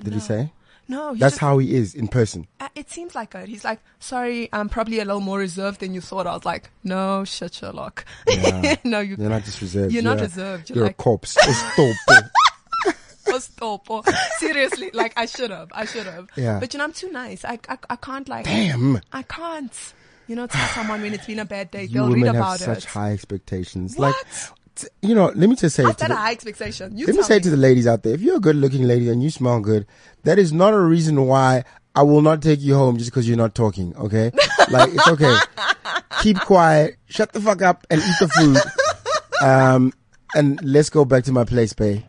Speaker 2: Did he
Speaker 3: no.
Speaker 2: say?
Speaker 3: No, he
Speaker 2: That's
Speaker 3: just-
Speaker 2: how he is in person.
Speaker 3: uh, it seems like it. He's like, sorry, I'm probably a little more reserved than you thought. I was like, no, shit, Sherlock. no, you,
Speaker 2: You're not just reserved.
Speaker 3: You're not reserved. You're
Speaker 2: You're,
Speaker 3: like-
Speaker 2: a corpse. It's dope.
Speaker 3: was dope. Or, seriously, like I should have. I should have.
Speaker 2: Yeah.
Speaker 3: But you know, I'm too nice. I, I, I can't like.
Speaker 2: Damn.
Speaker 3: I can't. You know, tell someone when it's been a bad day.
Speaker 2: You
Speaker 3: They'll read
Speaker 2: women have
Speaker 3: about
Speaker 2: such
Speaker 3: it.
Speaker 2: high expectations. Like,
Speaker 3: What?
Speaker 2: t- you know, let me just say
Speaker 3: I've
Speaker 2: to
Speaker 3: got a
Speaker 2: the,
Speaker 3: high expectation. You
Speaker 2: let me
Speaker 3: tell
Speaker 2: say
Speaker 3: me.
Speaker 2: to the ladies out there, if you're a good looking lady and you smell good, that is not a reason why I will not take you home just because you're not talking. Okay. like it's okay. Keep quiet. Shut the fuck up and eat the food. Um, and let's go back to my place, babe.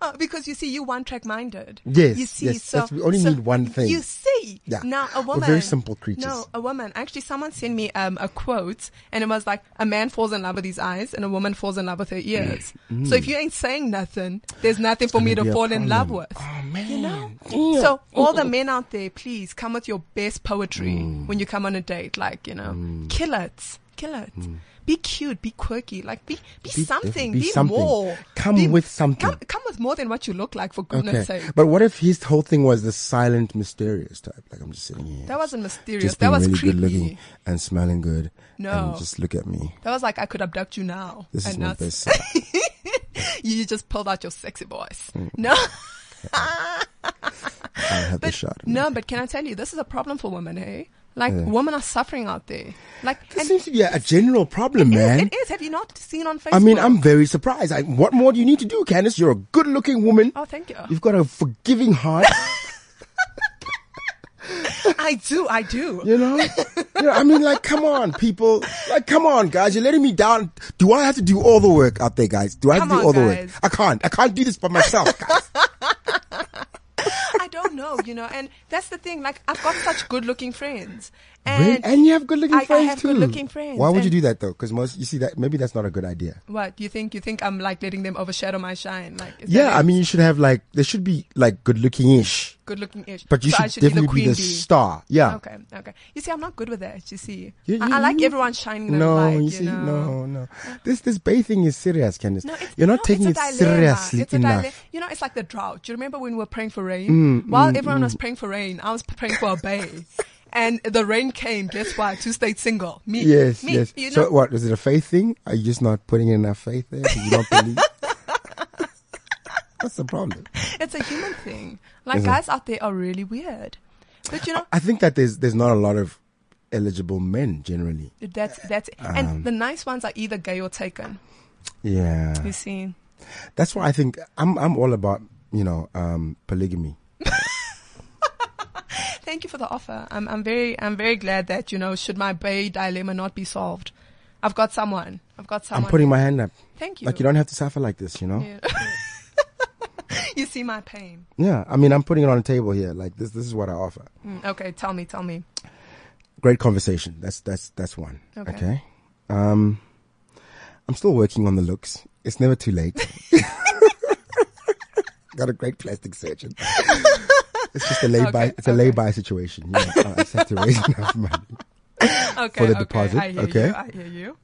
Speaker 3: Uh, because you see, you one track minded.
Speaker 2: Yes,
Speaker 3: You see,
Speaker 2: yes,
Speaker 3: so
Speaker 2: that's- we only
Speaker 3: so
Speaker 2: need one thing.
Speaker 3: You see.
Speaker 2: Yeah.
Speaker 3: Now a
Speaker 2: We're
Speaker 3: woman.
Speaker 2: very simple creatures.
Speaker 3: No, a woman. Actually, someone sent me um, a quote, and it was like, "A man falls in love with his eyes, and a woman falls in love with her ears." So if you ain't saying nothing, there's nothing for me
Speaker 2: Mm. gonna
Speaker 3: to
Speaker 2: be a
Speaker 3: fall in love
Speaker 2: problem.
Speaker 3: with. Oh man. You know.
Speaker 2: Mm.
Speaker 3: So all the men out there, please come with your best poetry
Speaker 2: Mm.
Speaker 3: when you come on a date. Like you know, kill it, kill it. Be cute, be quirky, like be be,
Speaker 2: Mm. Be
Speaker 3: something,
Speaker 2: different, be something.
Speaker 3: more.
Speaker 2: Come
Speaker 3: Be-
Speaker 2: with something.
Speaker 3: Come, come with more than what you look like, for
Speaker 2: Okay.
Speaker 3: goodness sake.
Speaker 2: But what if his whole thing was the silent, mysterious type? Like I'm just sitting here.
Speaker 3: That wasn't mysterious.
Speaker 2: just
Speaker 3: that
Speaker 2: being
Speaker 3: was
Speaker 2: really
Speaker 3: creepy.
Speaker 2: good looking and smelling good.
Speaker 3: No.
Speaker 2: And just look at me.
Speaker 3: That was like I could abduct you now.
Speaker 2: This is
Speaker 3: and
Speaker 2: my
Speaker 3: not-
Speaker 2: best. self.
Speaker 3: You just pulled out your sexy voice.
Speaker 2: Mm.
Speaker 3: No,
Speaker 2: I had the shot.
Speaker 3: no, but can I tell you, this is a problem for women, hey? Like women are suffering out there. Like
Speaker 2: This
Speaker 3: and
Speaker 2: seems to be a, a general problem, man.
Speaker 3: it is. Have you not seen on Facebook?
Speaker 2: I mean, I'm very surprised. I, what more do you need to do, Candice? You're a good-looking woman.
Speaker 3: Oh, thank you.
Speaker 2: You've got a forgiving heart.
Speaker 3: I do. I do.
Speaker 2: You know? you know, I mean, like, come on, people. Like, come on, guys. You're letting me down. Do I have to do all the work out there, guys? Do I have
Speaker 3: Come
Speaker 2: to do
Speaker 3: on,
Speaker 2: all the
Speaker 3: guys.
Speaker 2: work? I can't. I can't do this by myself, guys.
Speaker 3: I don't know, you know, and that's the thing. Like I've got such good-looking friends,
Speaker 2: and,
Speaker 3: and
Speaker 2: and you have good-looking
Speaker 3: I- I
Speaker 2: friends
Speaker 3: have
Speaker 2: too.
Speaker 3: good-looking friends,
Speaker 2: Why would you
Speaker 3: and-
Speaker 2: do that though? Because most, you see, that maybe that's not a good idea.
Speaker 3: what you think? You think I'm like letting them overshadow my shine? Like is
Speaker 2: Yeah,
Speaker 3: that
Speaker 2: I
Speaker 3: it?
Speaker 2: mean, you should have like there should be like good-looking-ish,
Speaker 3: good-looking ish.
Speaker 2: but you
Speaker 3: so I
Speaker 2: should, definitely
Speaker 3: be the queen bee.
Speaker 2: star. Yeah.
Speaker 3: Okay, okay. You see, I'm not good with that. You see,
Speaker 2: You-
Speaker 3: I,
Speaker 2: you-
Speaker 3: I like
Speaker 2: you-
Speaker 3: everyone shining their
Speaker 2: No,
Speaker 3: light. You,
Speaker 2: you see, no,
Speaker 3: know?
Speaker 2: no. This this bathing thing is serious, Candice.
Speaker 3: No, it's,
Speaker 2: You're not
Speaker 3: no,
Speaker 2: taking
Speaker 3: it's
Speaker 2: it
Speaker 3: a dilemma.
Speaker 2: seriously
Speaker 3: it's a
Speaker 2: enough. Mm,
Speaker 3: dile- You know, it's like the drought. Do you remember when we were praying for rain? While everyone was praying for rain, I was praying for a bay. And the rain came. Guess what? Two stayed single. Me.
Speaker 2: Yes,
Speaker 3: me,
Speaker 2: yes.
Speaker 3: You know,
Speaker 2: so what? Is it a faith thing? Are you just not putting in enough faith there? Do You don't believe. What's the problem?
Speaker 3: it's a human thing. Like guys out there are really weird. But you know,
Speaker 2: I think that there's there's not a lot of eligible men generally.
Speaker 3: that's that's
Speaker 2: Um.
Speaker 3: and the nice ones are either gay or taken.
Speaker 2: Yeah,
Speaker 3: You see.
Speaker 2: that's why I think I'm I'm all about you know um, polygamy.
Speaker 3: Thank you for the offer. I'm, I'm very, I'm very glad that, you know, should my bay dilemma not be solved, I've got someone. I've got someone.
Speaker 2: I'm putting my hand up.
Speaker 3: Thank you.
Speaker 2: Like you don't have to suffer like this, you know.
Speaker 3: Yeah. You see my pain.
Speaker 2: Yeah, I mean, I'm putting it on the table here. Like this, this is what I offer.
Speaker 3: Mm, okay, tell me, tell me.
Speaker 2: Great conversation. That's that's that's one.
Speaker 3: Okay.
Speaker 2: Okay. Um, I'm still working on the looks. It's never too late. Got a great plastic surgeon. It's just a lay by.
Speaker 3: Okay,
Speaker 2: It's a lay by situation. Yeah, I just have to raise enough money.
Speaker 3: Okay,
Speaker 2: For the
Speaker 3: okay,
Speaker 2: deposit,
Speaker 3: I hear
Speaker 2: okay.
Speaker 3: You, I hear you.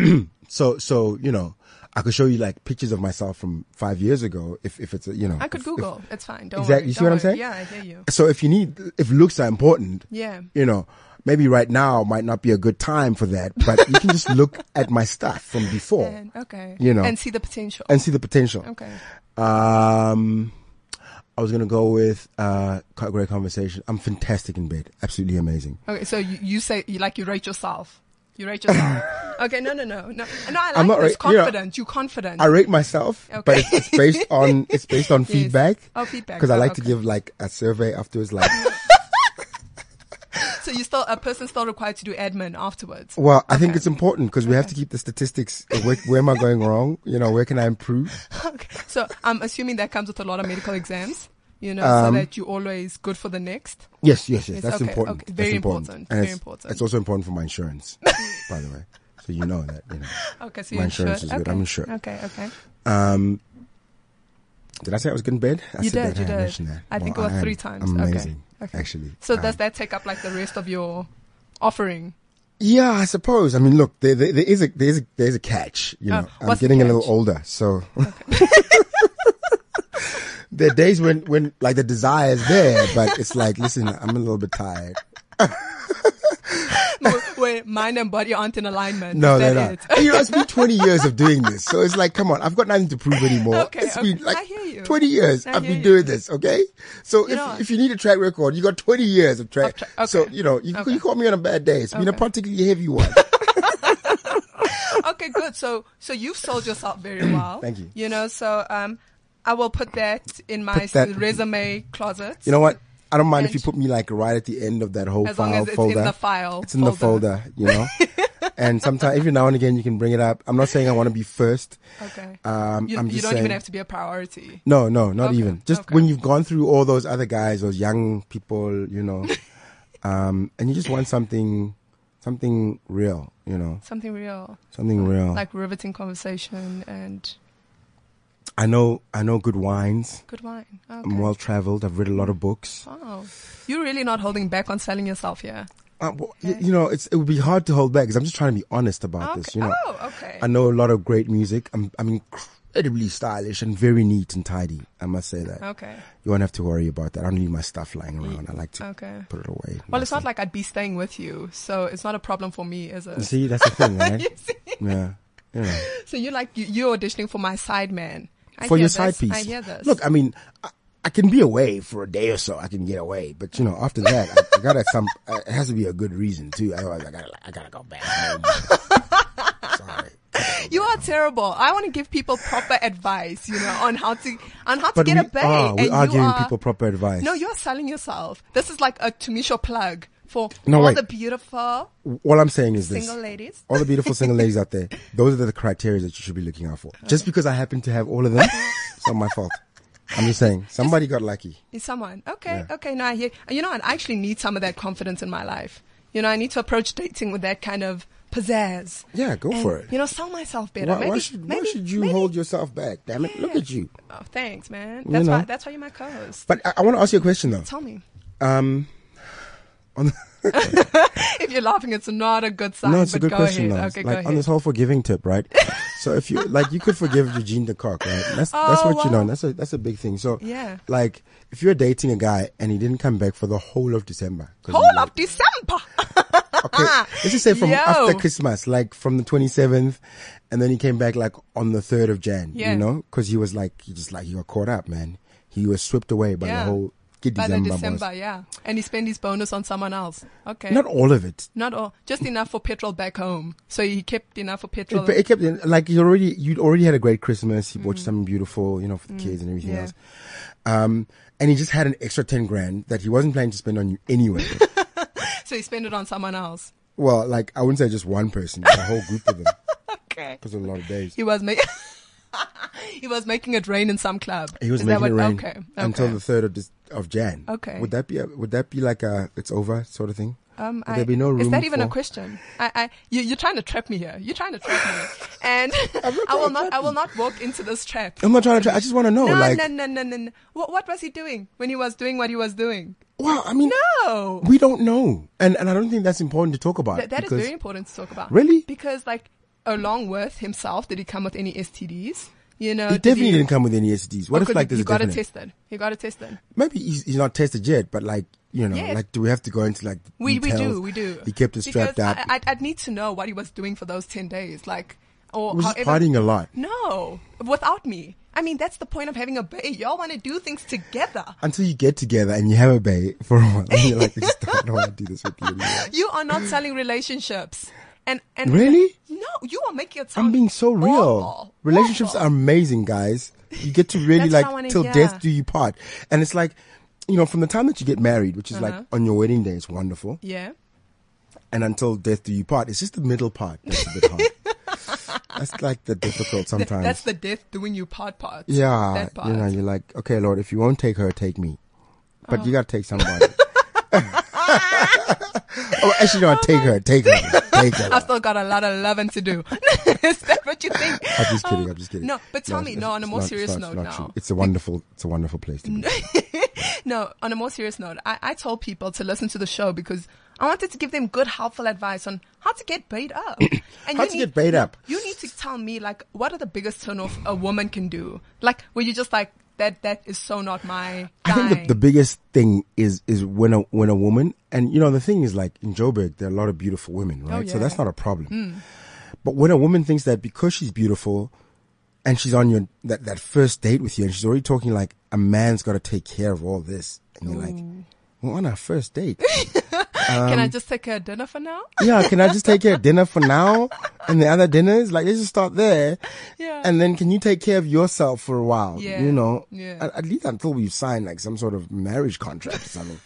Speaker 2: Um, so so you know, I could show you like pictures of myself from five years ago. If if it's a, you know,
Speaker 3: I could
Speaker 2: if-
Speaker 3: Google. it's fine. Don't
Speaker 2: Exactly.
Speaker 3: worry.
Speaker 2: You see
Speaker 3: don't
Speaker 2: what I'm
Speaker 3: worry.
Speaker 2: saying?
Speaker 3: Yeah, I hear you.
Speaker 2: if- so if you need, if looks are important,
Speaker 3: Yeah.
Speaker 2: you know, maybe right now might not be a good time for that, but you can just look at my stuff from before
Speaker 3: And, okay.
Speaker 2: You know.
Speaker 3: And see the potential.
Speaker 2: and see the potential.
Speaker 3: okay.
Speaker 2: Um, I was gonna go with uh, co- great conversation. I'm fantastic in bed, absolutely amazing.
Speaker 3: Okay. So you, you say you like you rate yourself. You rate yourself. okay. No, no, no, no. No, I like
Speaker 2: I'm not
Speaker 3: this.
Speaker 2: ra- you know,
Speaker 3: confident. You're confident.
Speaker 2: I rate myself, but
Speaker 3: Okay.
Speaker 2: it's, it's based on it's based on feedback.
Speaker 3: Oh, feedback.
Speaker 2: Because I
Speaker 3: Oh,
Speaker 2: like to
Speaker 3: okay.
Speaker 2: give like a survey afterwards, like
Speaker 3: so you still a person still required to do admin afterwards.
Speaker 2: Well, I think it's important because we have to keep the statistics. of Where, where am I going wrong? You know, where can I improve?
Speaker 3: Okay. So I'm assuming that comes with a lot of medical exams. You know,
Speaker 2: Um,
Speaker 3: so that you're always good for the next.
Speaker 2: Yes, yes, yes.
Speaker 3: Yes,
Speaker 2: That's
Speaker 3: okay,
Speaker 2: important.
Speaker 3: okay.
Speaker 2: That's
Speaker 3: Very
Speaker 2: important.
Speaker 3: important,
Speaker 2: And
Speaker 3: very
Speaker 2: it's,
Speaker 3: important.
Speaker 2: It's also important for my insurance, by the way. So you know that. You know.
Speaker 3: Okay, so
Speaker 2: My
Speaker 3: you're
Speaker 2: insurance
Speaker 3: insured.
Speaker 2: is good.
Speaker 3: Okay.
Speaker 2: I'm insured.
Speaker 3: Okay, okay.
Speaker 2: Um, did I say I was good in bed? I
Speaker 3: You
Speaker 2: said
Speaker 3: did, you
Speaker 2: that. I
Speaker 3: did.
Speaker 2: mentioned that.
Speaker 3: I think
Speaker 2: Well,
Speaker 3: it was
Speaker 2: am
Speaker 3: three times. Okay.
Speaker 2: Amazing,
Speaker 3: Okay.
Speaker 2: actually.
Speaker 3: So
Speaker 2: Um,
Speaker 3: does that take up like the rest of your offering?
Speaker 2: Yeah, I suppose. I mean, look, there, there, there is a there is a, there is a catch. You
Speaker 3: Oh,
Speaker 2: know, I'm
Speaker 3: what's the
Speaker 2: getting a
Speaker 3: catch?
Speaker 2: little older, so there are days when when like the desire is there, but it's like, listen, I'm a little bit tired.
Speaker 3: Where mind and body aren't in alignment.
Speaker 2: No,
Speaker 3: is
Speaker 2: they're
Speaker 3: that
Speaker 2: not.
Speaker 3: it?
Speaker 2: You know, it's been 20 years of doing this, so it's like, come on, I've got nothing to prove anymore.
Speaker 3: Okay,
Speaker 2: It's
Speaker 3: okay.
Speaker 2: been like
Speaker 3: I hear you.
Speaker 2: 20 years
Speaker 3: I
Speaker 2: I've
Speaker 3: hear
Speaker 2: been
Speaker 3: you.
Speaker 2: doing this. Okay, so if
Speaker 3: know-
Speaker 2: if you need a track record, you got 20 years of track.
Speaker 3: Of tra- okay.
Speaker 2: So you know, you,
Speaker 3: Okay.
Speaker 2: you caught me on a bad day. It's been a
Speaker 3: Okay.
Speaker 2: particularly heavy one.
Speaker 3: okay, good. So, so you've sold yourself very well.
Speaker 2: Thank you.
Speaker 3: You know, so um, I will put that in my
Speaker 2: Put that-
Speaker 3: s- resume closet.
Speaker 2: You know what? I don't mind if you
Speaker 3: And-
Speaker 2: put me like right at the end of that whole
Speaker 3: As
Speaker 2: file
Speaker 3: long as it's in
Speaker 2: folder.
Speaker 3: the file
Speaker 2: It's in the
Speaker 3: folder.
Speaker 2: folder, you know. and sometimes every now and again you can bring it up. I'm not saying I want to be first.
Speaker 3: okay.
Speaker 2: Um,
Speaker 3: you
Speaker 2: I'm
Speaker 3: you
Speaker 2: just
Speaker 3: don't
Speaker 2: saying.
Speaker 3: even have to be a priority.
Speaker 2: no, no, not
Speaker 3: Okay,
Speaker 2: even. Just
Speaker 3: okay.
Speaker 2: when you've gone through all those other guys, those young people, you know, um, and you just want something, something real, you know,
Speaker 3: Something real,
Speaker 2: something real.
Speaker 3: like riveting conversation and
Speaker 2: I know, I know good wines.
Speaker 3: good wine.
Speaker 2: I'm
Speaker 3: Okay.
Speaker 2: well traveled. I've read a lot of books.
Speaker 3: Wow. You're really not holding back on selling yourself here.
Speaker 2: Uh, well, y- you know, it's, it would be hard to hold back because I'm just trying to be honest about
Speaker 3: Okay.
Speaker 2: this, you know.
Speaker 3: oh, okay.
Speaker 2: I know a lot of great music. I'm, I'm incredibly stylish and very neat and tidy. I must say that.
Speaker 3: okay.
Speaker 2: You won't have to worry about that. I don't leave my stuff lying around. I like to
Speaker 3: Okay.
Speaker 2: put it away.
Speaker 3: Well, it's not like I'd be staying with you, so it's not a problem for me, is it?
Speaker 2: See, that's the thing, right?
Speaker 3: You see?
Speaker 2: yeah. You know.
Speaker 3: So you're like you- you're auditioning for my side man. I
Speaker 2: For
Speaker 3: hear
Speaker 2: your
Speaker 3: this.
Speaker 2: side piece.
Speaker 3: I hear this.
Speaker 2: Look, I mean, I, I can be away for a day or so. I can get away, but you know, after that, I, I gotta some. I, it has to be a good reason too. Otherwise, I gotta, I gotta go back. home. Sorry.
Speaker 3: you are terrible. I want to give people proper advice, you know, on how to on how to
Speaker 2: But
Speaker 3: get
Speaker 2: we
Speaker 3: a bay.
Speaker 2: are we
Speaker 3: and
Speaker 2: are
Speaker 3: you
Speaker 2: giving people proper advice.
Speaker 3: No, you're selling yourself. This is like a Tumisha plug for
Speaker 2: No,
Speaker 3: all
Speaker 2: wait. Oh.
Speaker 3: the beautiful
Speaker 2: All I'm saying is this.
Speaker 3: single ladies.
Speaker 2: all the beautiful single ladies out there, those are the criteria that you should be looking out for. Just because I happen to have all of them, it's not my fault. I'm just saying, somebody got lucky.
Speaker 3: Is someone okay? Okay, no, I hear. You know, what? I actually need some of that confidence in my life. You know, I need to approach dating with that kind of pizzazz.
Speaker 2: Yeah, go
Speaker 3: And,
Speaker 2: for it.
Speaker 3: You know, sell myself better.
Speaker 2: Why,
Speaker 3: maybe,
Speaker 2: why should
Speaker 3: maybe,
Speaker 2: why should you
Speaker 3: maybe-
Speaker 2: hold yourself back? Damn it, look
Speaker 3: Yeah.
Speaker 2: at you.
Speaker 3: Oh, thanks, man. That's
Speaker 2: know.
Speaker 3: why. That's why you're my co-host.
Speaker 2: But I, I want to ask you a question though.
Speaker 3: Tell me.
Speaker 2: Um, on
Speaker 3: If you're laughing, it's not a good sign.
Speaker 2: no, it's a
Speaker 3: but
Speaker 2: good
Speaker 3: go
Speaker 2: question
Speaker 3: ahead.
Speaker 2: though.
Speaker 3: Okay,
Speaker 2: like
Speaker 3: go
Speaker 2: on
Speaker 3: ahead.
Speaker 2: this whole forgiving tip, right? so if you like, you could forgive Eugene de Kock, right? That's that's
Speaker 3: Oh,
Speaker 2: what you know.
Speaker 3: wow.
Speaker 2: That's a that's a big thing. So
Speaker 3: Yeah.
Speaker 2: like if you're dating a guy and he didn't come back for the whole of December, 'cause you
Speaker 3: Whole
Speaker 2: know-
Speaker 3: of December.
Speaker 2: Okay, let's just say from
Speaker 3: Yo.
Speaker 2: after Christmas, like from the 27th, and then he came back like on the 3rd of Jan,
Speaker 3: Yeah.
Speaker 2: you know, because he was like, he just like, he got caught up, man. He was swept away by
Speaker 3: Yeah.
Speaker 2: the whole kid
Speaker 3: By the
Speaker 2: December. boss.
Speaker 3: December, yeah, and he spent his bonus on someone else. Okay,
Speaker 2: Not all of it.
Speaker 3: Not all, just enough for petrol back home. So he kept enough for petrol.
Speaker 2: It, but it kept like you already you'd already had a great Christmas. You watched something beautiful, you know, for the kids and everything
Speaker 3: Mm. yeah.
Speaker 2: else. Um, and he just had an extra ten grand that he wasn't planning to spend on you anyway.
Speaker 3: so he spent it on someone else.
Speaker 2: well, like I wouldn't say just one person, but a whole group of them
Speaker 3: Okay,
Speaker 2: because of a lot of days.
Speaker 3: he was making. He was making it rain in some club.
Speaker 2: He was
Speaker 3: Is that
Speaker 2: making it
Speaker 3: what-
Speaker 2: rain
Speaker 3: Okay. okay.
Speaker 2: until the third of this, of Jan.
Speaker 3: Okay.
Speaker 2: Would that be a, would that be like a it's over sort of thing?
Speaker 3: Um,
Speaker 2: would there be no room?
Speaker 3: is that even a
Speaker 2: for-
Speaker 3: question? I, I, you, you're trying to trap me here. You're trying to trap me, and
Speaker 2: not
Speaker 3: I
Speaker 2: trying
Speaker 3: will
Speaker 2: to
Speaker 3: not.
Speaker 2: trap
Speaker 3: I will not walk into this trap.
Speaker 2: I'm not trying to. Try, I just want to know.
Speaker 3: No,
Speaker 2: like,
Speaker 3: no, no, no, no, no. What, what was he doing when he was doing what he was doing?
Speaker 2: well, I mean,
Speaker 3: No,
Speaker 2: we don't know, and and I don't think that's important to talk about.
Speaker 3: Th- that is
Speaker 2: because-
Speaker 3: very important to talk about.
Speaker 2: Really?
Speaker 3: because like along with himself, did he come with any STDs? You know,
Speaker 2: He
Speaker 3: did
Speaker 2: definitely didn't come with any STDs. What
Speaker 3: or
Speaker 2: if
Speaker 3: could
Speaker 2: like
Speaker 3: he,
Speaker 2: there's
Speaker 3: he
Speaker 2: a
Speaker 3: got it
Speaker 2: definite-
Speaker 3: tested. He got it tested.
Speaker 2: Maybe he's, he's not tested yet, but like you know,
Speaker 3: Yes.
Speaker 2: like do we have to go into like the
Speaker 3: We we
Speaker 2: details?
Speaker 3: do we do.
Speaker 2: He kept it strapped
Speaker 3: because
Speaker 2: up.
Speaker 3: I, I'd, I'd need to know what he was doing for those ten days, like or
Speaker 2: was just
Speaker 3: however.
Speaker 2: partying a lot
Speaker 3: No, without me. I mean, that's the point of having a baby. Y'all want to do things together.
Speaker 2: until you get together and you have a baby for a while. And you're like, I just don't want to do this with you. Anymore.
Speaker 3: You are not selling relationships. And and
Speaker 2: Really?
Speaker 3: No, you are making it sound.
Speaker 2: I'm being so real.
Speaker 3: awful.
Speaker 2: Relationships
Speaker 3: Awful.
Speaker 2: are amazing, guys. You get to really
Speaker 3: That's what I
Speaker 2: like
Speaker 3: wanna
Speaker 2: till
Speaker 3: hear.
Speaker 2: death do you part, and it's like. You know, from the time that you get married, which is like
Speaker 3: Uh-huh.
Speaker 2: on your wedding day, it's wonderful.
Speaker 3: Yeah.
Speaker 2: and until death do you part. It's just the middle part that's a bit hard. that's like the difficult sometimes.
Speaker 3: That's the death doing you part part.
Speaker 2: yeah,
Speaker 3: That part.
Speaker 2: you know, you're like, okay, Lord, if you won't take her, take me, but you gotta take somebody. oh, actually, no, take her, take her, take her.
Speaker 3: I've still got a lot of loving to do. Is that what you think? Um,
Speaker 2: I'm just kidding. I'm just kidding.
Speaker 3: No, but tell me,
Speaker 2: it's-
Speaker 3: no, on a
Speaker 2: it's
Speaker 3: more
Speaker 2: not- it's
Speaker 3: serious
Speaker 2: not- it's
Speaker 3: note
Speaker 2: not
Speaker 3: now.
Speaker 2: true. It's a wonderful, it's a wonderful place to be.
Speaker 3: No, on a more serious note, I, I told people to listen to the show because I wanted to give them good, helpful advice on how to get paid up. And
Speaker 2: How
Speaker 3: you
Speaker 2: to get paid up.
Speaker 3: You need to tell me, like, what are the biggest turnoff a woman can do? Like, where you just like, that, that is so not my
Speaker 2: I think
Speaker 3: thing.
Speaker 2: the, the biggest thing is is when a when a woman and you know the thing is like in Joburg there are a lot of beautiful women, right? So
Speaker 3: yeah.
Speaker 2: that's not a problem. But when a woman thinks that because she's beautiful and she's on your that, that first date with you and she's already talking like a man's gotta take care of all this and you're like, We're on our first date.
Speaker 3: Can
Speaker 2: um,
Speaker 3: I just take a dinner for now?
Speaker 2: yeah, can I just take care of dinner for now and the other dinners? Like, let's just start there.
Speaker 3: Yeah.
Speaker 2: And then can you take care of yourself for a while?
Speaker 3: Yeah.
Speaker 2: You know?
Speaker 3: Yeah.
Speaker 2: At, at least until we've signed like some sort of marriage contract or something.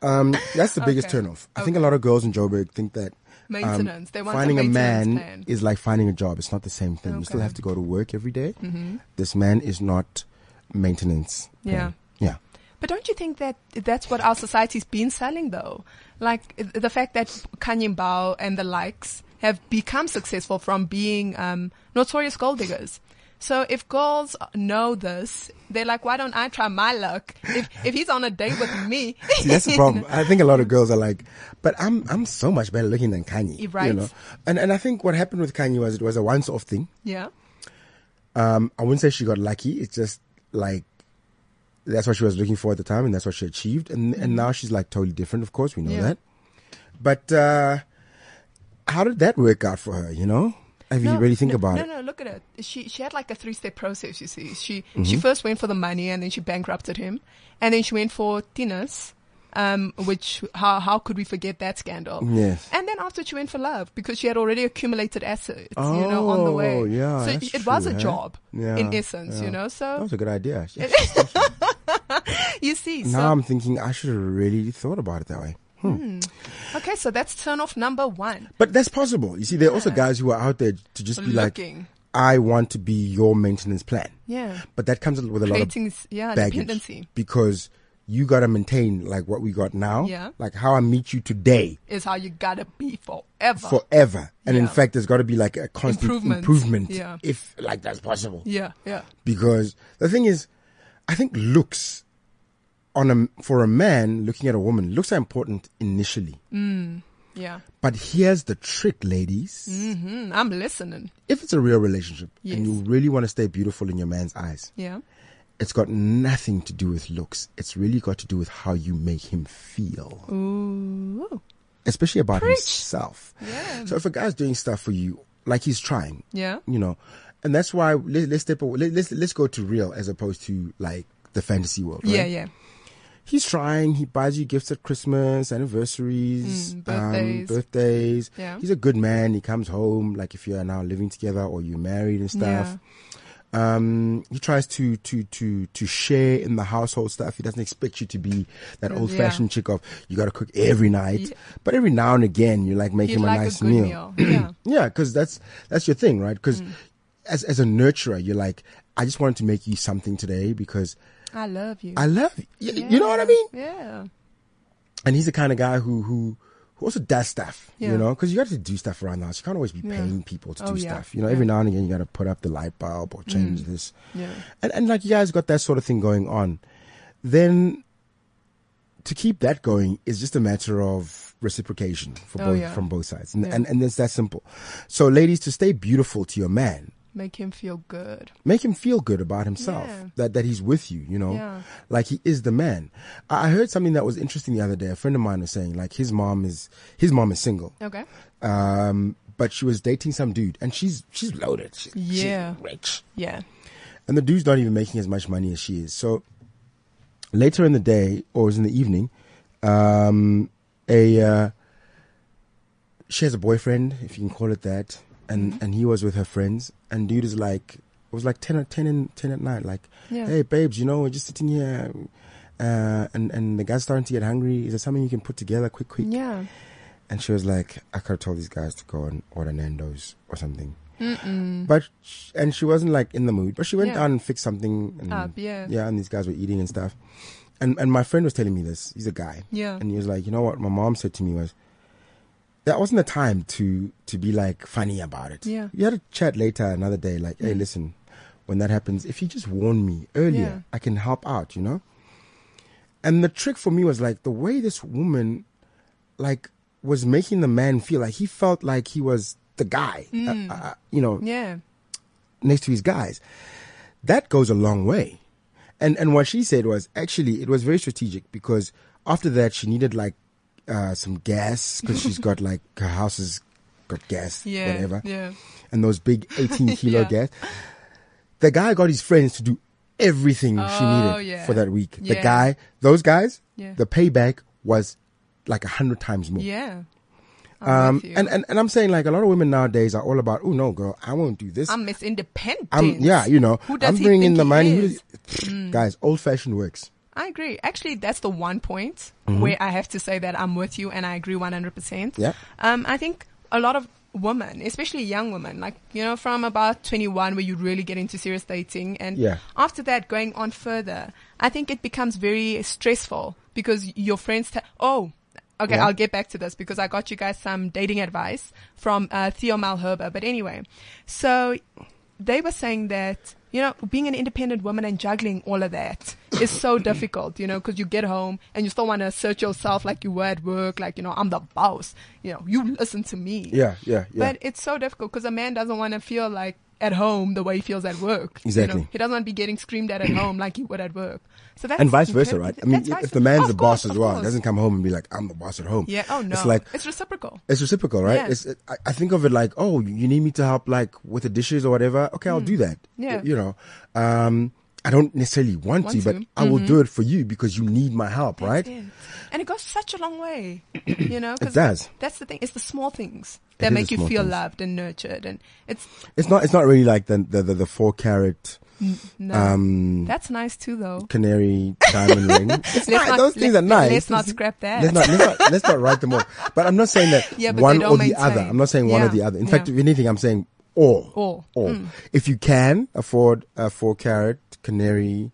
Speaker 2: um, that's the biggest
Speaker 3: Okay.
Speaker 2: turnoff. I think a lot of girls in Joburg think that um,
Speaker 3: Maintenance. They want a
Speaker 2: finding a,
Speaker 3: maintenance
Speaker 2: man
Speaker 3: plan.
Speaker 2: is like finding a job. It's not the same thing. You still
Speaker 3: Okay. Mm-hmm.
Speaker 2: have to go to work every day. This man is not maintenance. plan.
Speaker 3: Yeah.
Speaker 2: Yeah.
Speaker 3: But don't you think that that's what our society's been selling though? Like th- the fact that Kanye Bao and the likes have become successful from being um, notorious gold diggers. So if girls know this, they're like, why don't I try my luck? If if he's on a date with me,
Speaker 2: See, that's the problem. I think a lot of girls are like, but I'm I'm so much better looking than Kanye.
Speaker 3: You're right.
Speaker 2: You know? And and I think what happened with Kanye was it was a once off thing.
Speaker 3: yeah,
Speaker 2: Um, I wouldn't say she got lucky. It's just like that's what she was looking for at the time, and that's what she achieved. And and now she's like totally different. Of course, we know
Speaker 3: Mm-hmm. Yeah.
Speaker 2: that. But uh, how did that work out for her? You know, if you really think
Speaker 3: no,
Speaker 2: about
Speaker 3: no,
Speaker 2: it.
Speaker 3: No, look at it. She she had like a three step process. You see, she
Speaker 2: Mm-hmm.
Speaker 3: she first went for the money, and then she bankrupted him, and then she went for Tinas, um, which how how could we forget that scandal?
Speaker 2: Yes.
Speaker 3: And then after she went for love because she had already accumulated assets, you know, on the way.
Speaker 2: Oh, yeah,
Speaker 3: so
Speaker 2: that's
Speaker 3: it was
Speaker 2: true,
Speaker 3: a
Speaker 2: eh?
Speaker 3: job
Speaker 2: Yeah,
Speaker 3: in essence,
Speaker 2: yeah.
Speaker 3: you know.
Speaker 2: That
Speaker 3: So
Speaker 2: was a good idea. Yeah,
Speaker 3: you see, so
Speaker 2: now I'm thinking I should have really thought about it that way.
Speaker 3: okay, so that's turn off number one.
Speaker 2: But that's possible. You see, there are also guys who are out there to just be like,
Speaker 3: Looking.
Speaker 2: I want to be your maintenance plan.
Speaker 3: Yeah.
Speaker 2: But that comes with a lot
Speaker 3: Creating
Speaker 2: of
Speaker 3: s- yeah,
Speaker 2: baggage
Speaker 3: dependency.
Speaker 2: because you got to maintain like what we got now.
Speaker 3: Yeah.
Speaker 2: Like how I meet you today
Speaker 3: Is how you gotta be forever.
Speaker 2: forever. And in
Speaker 3: Yeah.
Speaker 2: fact, there's got to be like a constant
Speaker 3: Improvement.
Speaker 2: improvement,
Speaker 3: Yeah.
Speaker 2: if like that's possible.
Speaker 3: yeah, yeah.
Speaker 2: Because the thing is, I think looks on a, for a man looking at a woman, looks are important initially.
Speaker 3: Mm. Yeah.
Speaker 2: But here's the trick, ladies.
Speaker 3: Mm, I'm listening.
Speaker 2: if it's a real relationship
Speaker 3: Yes.
Speaker 2: and you really want to stay beautiful in your man's eyes,
Speaker 3: Yeah.
Speaker 2: it's got nothing to do with looks. It's really got to do with how you make him feel,
Speaker 3: Ooh.
Speaker 2: especially about himself. So if a guy's doing stuff for you, like he's trying,
Speaker 3: Yeah.
Speaker 2: you know, and that's why let, let's step away. Let, let's let's go to real as opposed to like the fantasy world. Right?
Speaker 3: Yeah, yeah.
Speaker 2: he's trying. He buys you gifts at Christmas, anniversaries,
Speaker 3: Mm, birthdays.
Speaker 2: Um, birthdays.
Speaker 3: Yeah.
Speaker 2: He's a good man. He comes home, like if you are now living together or you're married and stuff. Um, he tries to, to, to, to share in the household stuff. He doesn't expect you to be that old fashioned chick of, you gotta cook every night. But every now and again, you like make
Speaker 3: You'd
Speaker 2: him
Speaker 3: like
Speaker 2: a nice
Speaker 3: a good meal. Mm. Yeah.
Speaker 2: yeah, because that's that's your thing, right? Because as as a nurturer, you're like, I just wanted to make you something today because
Speaker 3: I love you.
Speaker 2: I love you. Y- You know what I mean?
Speaker 3: Yeah.
Speaker 2: And he's the kind of guy who, who, who also does stuff,
Speaker 3: Yeah.
Speaker 2: you know, because you got to do stuff around the house. You can't always be paying people to
Speaker 3: Oh,
Speaker 2: do
Speaker 3: yeah. Mm.
Speaker 2: stuff. You know, every now and again, you got to put up the light bulb or change this.
Speaker 3: Yeah.
Speaker 2: And, and like you guys got that sort of thing going on. Then to keep that going is just a matter of reciprocation for
Speaker 3: Oh,
Speaker 2: both,
Speaker 3: yeah.
Speaker 2: from both sides. And,
Speaker 3: Yeah.
Speaker 2: and, and it's that simple. So ladies, to stay beautiful to your man,
Speaker 3: Make him feel good.
Speaker 2: make him feel good about himself
Speaker 3: Yeah.
Speaker 2: that that he's with you you know
Speaker 3: Yeah.
Speaker 2: like he is the man i I heard something that was interesting the other day a friend of mine was saying like his mom is his mom is single
Speaker 3: Okay.
Speaker 2: um but she was dating some dude and she's she's loaded She- she's
Speaker 3: Yeah.
Speaker 2: rich
Speaker 3: Yeah.
Speaker 2: and the dude's not even making as much money as she is so later in the day or it was in the evening um a uh she has a boyfriend if you can call it that and and he was with her friends and dude is like it was like 10 at 10 and 10 at night like
Speaker 3: Yeah.
Speaker 2: hey babes you know we're just sitting here uh and and the guy's starting to get hungry is there something you can put together quick quick
Speaker 3: Yeah.
Speaker 2: and she was like, I could have told these guys to go and order Nando's or something. But, sh- and she wasn't like in the mood, but she went
Speaker 3: Yeah.
Speaker 2: down and fixed something. And,
Speaker 3: Up, yeah.
Speaker 2: and these guys were eating and stuff. And, and my friend was telling me this. He's a guy.
Speaker 3: Yeah.
Speaker 2: And he was like, you know what my mom said to me was, that wasn't the time to, to be like funny about it.
Speaker 3: Yeah. Mm.
Speaker 2: You had a chat later another day, like, hey, listen, when that happens, if you just warn me earlier,
Speaker 3: Yeah.
Speaker 2: I can help out, you know? And the trick for me was like the way this woman like was making the man feel like he felt like he was the guy, uh, uh, you know,
Speaker 3: Mm. Yeah.
Speaker 2: next to his guys. That goes a long way. And and what she said was actually it was very strategic because after that she needed like uh, some gas because she's got like her house has got gas,
Speaker 3: Yeah.
Speaker 2: whatever,
Speaker 3: Yeah.
Speaker 2: and those big eighteen kilo
Speaker 3: Yeah.
Speaker 2: gas. The guy got his friends to do everything she
Speaker 3: Oh,
Speaker 2: needed
Speaker 3: yeah.
Speaker 2: for that week. The
Speaker 3: Yeah.
Speaker 2: guy, those guys,
Speaker 3: Yeah.
Speaker 2: the payback was like a hundred times more.
Speaker 3: Yeah. I'm
Speaker 2: Um,
Speaker 3: with you.
Speaker 2: and, and, and I'm saying like a lot of women nowadays are all about, oh no, girl, I won't do this.
Speaker 3: I'm Miss Independent.
Speaker 2: I'm- yeah, you know,
Speaker 3: Who does
Speaker 2: I'm
Speaker 3: he
Speaker 2: bringing
Speaker 3: think
Speaker 2: the
Speaker 3: he
Speaker 2: money. Who
Speaker 3: is? Mm.
Speaker 2: does- Guys, old fashioned works.
Speaker 3: I agree. Actually, that's the one point where I have to say that I'm with you and I agree 100%.
Speaker 2: Mm-hmm. Yeah.
Speaker 3: Um, I think a lot of women, especially young women, like, you know, from about 21 where you really get into serious dating and
Speaker 2: Yeah.
Speaker 3: after that going on further, I think it becomes very stressful because your friends, ta- oh, okay,
Speaker 2: Yeah.
Speaker 3: I'll get back to this because I got you guys some dating advice from uh, Theo Malherber. But anyway, so they were saying that you know being an independent woman and juggling all of that is so difficult you know because you get home and you still want to assert yourself like you were at work like you know i'm the boss you know you listen to me
Speaker 2: Yeah, yeah, yeah.
Speaker 3: but it's so difficult because a man doesn't want to feel like at home the way he feels at work you know?
Speaker 2: Exactly.
Speaker 3: he doesn't want to be getting screamed at at home like he would at work so that's
Speaker 2: and vice versa,
Speaker 3: incredible.
Speaker 2: right? I mean,
Speaker 3: That's vice
Speaker 2: if the
Speaker 3: versa.
Speaker 2: man's
Speaker 3: Of
Speaker 2: the
Speaker 3: course,
Speaker 2: boss as
Speaker 3: of
Speaker 2: well,
Speaker 3: course.
Speaker 2: doesn't come home and be like, I'm the boss at home.
Speaker 3: yeah oh no
Speaker 2: It's like,
Speaker 3: it's reciprocal
Speaker 2: it's reciprocal, right?
Speaker 3: Yeah.
Speaker 2: It's, it, I, I think of it like, oh, you need me to help, like with the dishes or whatever. Okay, I'll do that.
Speaker 3: Mm. Yeah.
Speaker 2: you know, um, I don't necessarily want,
Speaker 3: Want
Speaker 2: to, but
Speaker 3: to. Mm-hmm.
Speaker 2: I will do it for you because you need my help, right?
Speaker 3: That's it. And it goes such a long way, you know. 'cause
Speaker 2: It does.
Speaker 3: That's the thing. It's the small things
Speaker 2: is
Speaker 3: that make
Speaker 2: the
Speaker 3: you
Speaker 2: small
Speaker 3: feel
Speaker 2: things.
Speaker 3: loved and nurtured, and it's
Speaker 2: It's not. It's not really like the the the, the four carat
Speaker 3: no.
Speaker 2: um
Speaker 3: that's nice too, though.
Speaker 2: canary diamond ring. It's
Speaker 3: Let's
Speaker 2: nice.
Speaker 3: not-
Speaker 2: Those things
Speaker 3: let-
Speaker 2: are nice.
Speaker 3: let's not
Speaker 2: It's-
Speaker 3: scrap that.
Speaker 2: Let's not, let's not let's not write them off. But I'm not saying that
Speaker 3: Yeah, but they
Speaker 2: one
Speaker 3: don't
Speaker 2: or the
Speaker 3: maintain.
Speaker 2: other. I'm not saying one or
Speaker 3: Yeah,
Speaker 2: the other. In
Speaker 3: yeah.
Speaker 2: fact, if anything, I'm saying all.
Speaker 3: All. Hmm.
Speaker 2: If you can afford a four carat canary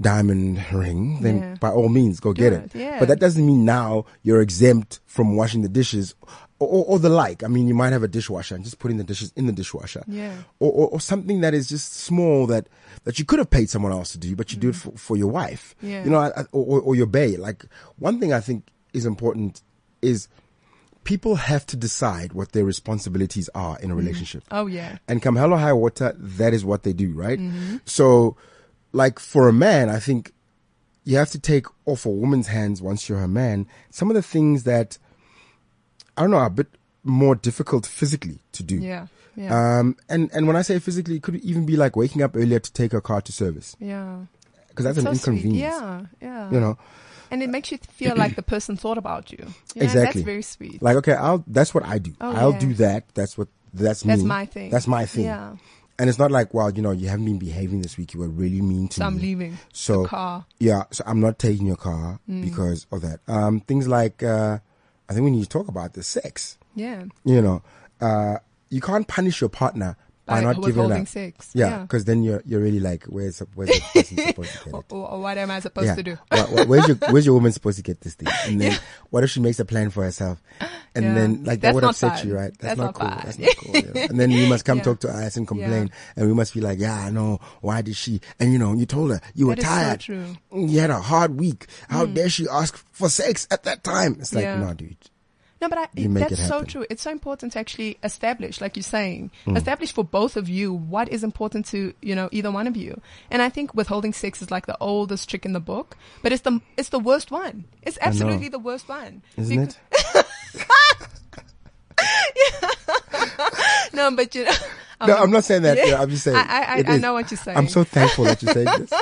Speaker 2: diamond ring, then
Speaker 3: Yeah.
Speaker 2: by all means go get
Speaker 3: it,
Speaker 2: it.
Speaker 3: yeah.
Speaker 2: But that doesn't mean now you're exempt from washing the dishes or, or, or the like. I mean, you might have a dishwasher and just putting the dishes in the dishwasher.
Speaker 3: Yeah.
Speaker 2: Or, or, or something that is just small that, that you could have paid someone else to do, but you do it for, for your wife.
Speaker 3: Mm. Yeah.
Speaker 2: You know, I- I- or, or, or your bae. Like, one thing I think is important is people have to decide what their responsibilities are in a relationship.
Speaker 3: Oh yeah,
Speaker 2: And come hell or high water, that is what they do, right?
Speaker 3: Mm-hmm.
Speaker 2: So, like for a man, I think you have to take off a woman's hands once you're a man. Some of the things that I don't know are a bit more difficult physically to do.
Speaker 3: yeah, yeah,
Speaker 2: Um, and and when I say physically, it could even be like waking up earlier to take her car to service
Speaker 3: yeah.
Speaker 2: because that's
Speaker 3: so
Speaker 2: an inconvenience.
Speaker 3: Sweet. Yeah, yeah.
Speaker 2: You know,
Speaker 3: and it makes you feel like the person thought about you. you know,
Speaker 2: Exactly.
Speaker 3: That's very sweet.
Speaker 2: like okay, I'll that's what I do.
Speaker 3: Oh,
Speaker 2: I'll
Speaker 3: yeah.
Speaker 2: do that. That's what that's me.
Speaker 3: That's my thing.
Speaker 2: That's my thing.
Speaker 3: Yeah.
Speaker 2: And it's not like, wow, you know, you haven't been behaving this week. You were really mean to
Speaker 3: so
Speaker 2: me.
Speaker 3: I'm leaving.
Speaker 2: So
Speaker 3: the car. Mm.
Speaker 2: Yeah, so I'm not taking your car because of that. Um, things like uh, I think we need to talk about the sex.
Speaker 3: Yeah,
Speaker 2: You know, uh, you can't punish your partner by
Speaker 3: Like,
Speaker 2: not giving
Speaker 3: withholding
Speaker 2: up.
Speaker 3: sex.
Speaker 2: Yeah,
Speaker 3: Yeah.
Speaker 2: because then you're you're really like, where's where's the person supposed to get it?
Speaker 3: Or, or what am I supposed
Speaker 2: Yeah.
Speaker 3: to do?
Speaker 2: Wh- wh- where's your where's your woman supposed to get this thing? And then what if she makes a plan for herself? And
Speaker 3: Yeah.
Speaker 2: then like that
Speaker 3: That's
Speaker 2: would
Speaker 3: not
Speaker 2: upset you,
Speaker 3: fun.
Speaker 2: right?
Speaker 3: That's not
Speaker 2: cool.
Speaker 3: fun.
Speaker 2: That's not cool. yeah. And then you must come
Speaker 3: Yeah.
Speaker 2: talk to us and complain, and we must be like, yeah, I know. Why did she? And you know, you told her you were
Speaker 3: That is so
Speaker 2: tired.
Speaker 3: true. Hmm.
Speaker 2: You had a hard week. How dare she ask for sex at that time? It's like,
Speaker 3: Yeah.
Speaker 2: no, dude.
Speaker 3: No, but I,
Speaker 2: You make
Speaker 3: that's
Speaker 2: it
Speaker 3: so
Speaker 2: happen. Hmm.
Speaker 3: true. It's so important to actually establish, like you're saying, establish for both of you what is important to you know either one of you. And I think withholding sex is like the oldest trick in the book, but it's the it's the worst one. It's absolutely the worst one.
Speaker 2: Isn't it?
Speaker 3: it? No, but you know, I'm
Speaker 2: No, I'm not saying that. Yeah, I'm just saying.
Speaker 3: I- I-
Speaker 2: it
Speaker 3: I
Speaker 2: is.
Speaker 3: know what you're saying.
Speaker 2: I'm so thankful that you said this.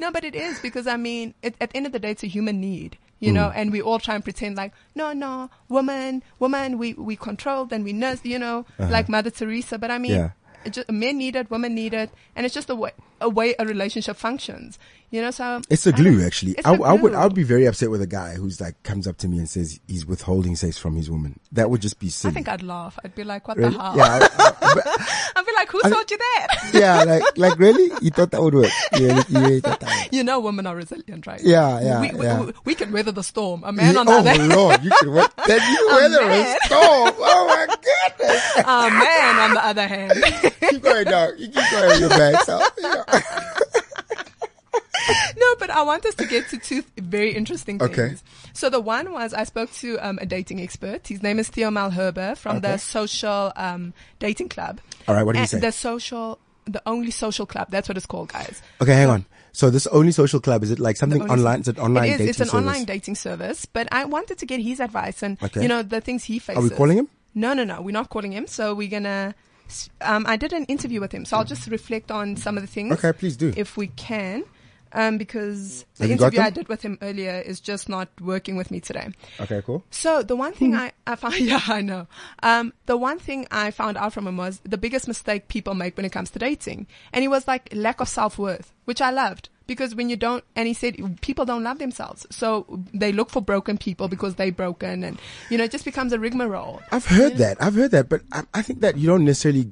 Speaker 3: No, but it is because I mean, it, at the end of the day, it's a human need, you know,
Speaker 2: Hmm.
Speaker 3: and we all try and pretend like, no, no, woman, woman, we, we controlled and we nursed, you know, like Mother Teresa. But I mean,
Speaker 2: Uh-huh. Yeah.
Speaker 3: it ju- men need it, women need it, and it's just a way, a way a relationship functions, you know. So
Speaker 2: It's the
Speaker 3: I
Speaker 2: glue,
Speaker 3: don't-
Speaker 2: actually.
Speaker 3: It's
Speaker 2: I,
Speaker 3: the
Speaker 2: I would,
Speaker 3: glue.
Speaker 2: I'd be very upset with a guy who's like comes up to me and says he's withholding sex from his woman. That would just be
Speaker 3: I
Speaker 2: silly.
Speaker 3: think I'd laugh. I'd be like, what
Speaker 2: Really?
Speaker 3: the hell?
Speaker 2: Yeah, I- I- but-
Speaker 3: I'd be like, who told you that?
Speaker 2: yeah, like, like really? You thought that would work? You really, you really thought that would work?
Speaker 3: you know, women are resilient, right?
Speaker 2: Yeah, yeah,
Speaker 3: We, we,
Speaker 2: yeah.
Speaker 3: we, we can weather the storm. A
Speaker 2: Yeah,
Speaker 3: man on the
Speaker 2: oh
Speaker 3: other
Speaker 2: lord, you could work. That you
Speaker 3: I'm
Speaker 2: weather a
Speaker 3: mad.
Speaker 2: storm. Oh my goodness!
Speaker 3: a man on the other hand.
Speaker 2: Keep going, dog. You keep going. You're back. So, yeah.
Speaker 3: No, but I want us to get to two very interesting things.
Speaker 2: Okay.
Speaker 3: So the one was I spoke to um, a dating expert. His name is Theo Malherber from the
Speaker 2: Okay.
Speaker 3: Social um, Dating Club.
Speaker 2: All right, what did he
Speaker 3: And
Speaker 2: say?
Speaker 3: The social, the only social club. That's what it's called, guys.
Speaker 2: Okay, hang on. So this only social club is it like something
Speaker 3: Only-
Speaker 2: online? Is it online
Speaker 3: It is.
Speaker 2: dating
Speaker 3: it's an
Speaker 2: service?
Speaker 3: online dating service. But I wanted to get his advice and
Speaker 2: Okay.
Speaker 3: you know the things he faces.
Speaker 2: calling him?
Speaker 3: No, no, no. We're not calling him. So we're gonna. s- Um, I did an interview with him, so I'll just reflect on some of the things.
Speaker 2: Okay, please do.
Speaker 3: if we can, um, because the
Speaker 2: Have you got
Speaker 3: interview I
Speaker 2: them?
Speaker 3: did with him earlier is just not working with me today.
Speaker 2: okay, cool.
Speaker 3: So the one
Speaker 2: Hmm.
Speaker 3: thing I, I found, yeah, I know. Um, the one thing I found out from him was the biggest mistake people make when it comes to dating. And he was like, lack of self-worth, which I loved because when you don't, and he said, people don't love themselves. So they look for broken people because they're broken and, you know, it just becomes a rigmarole.
Speaker 2: I've heard that. I've heard that, but I, I think that you don't necessarily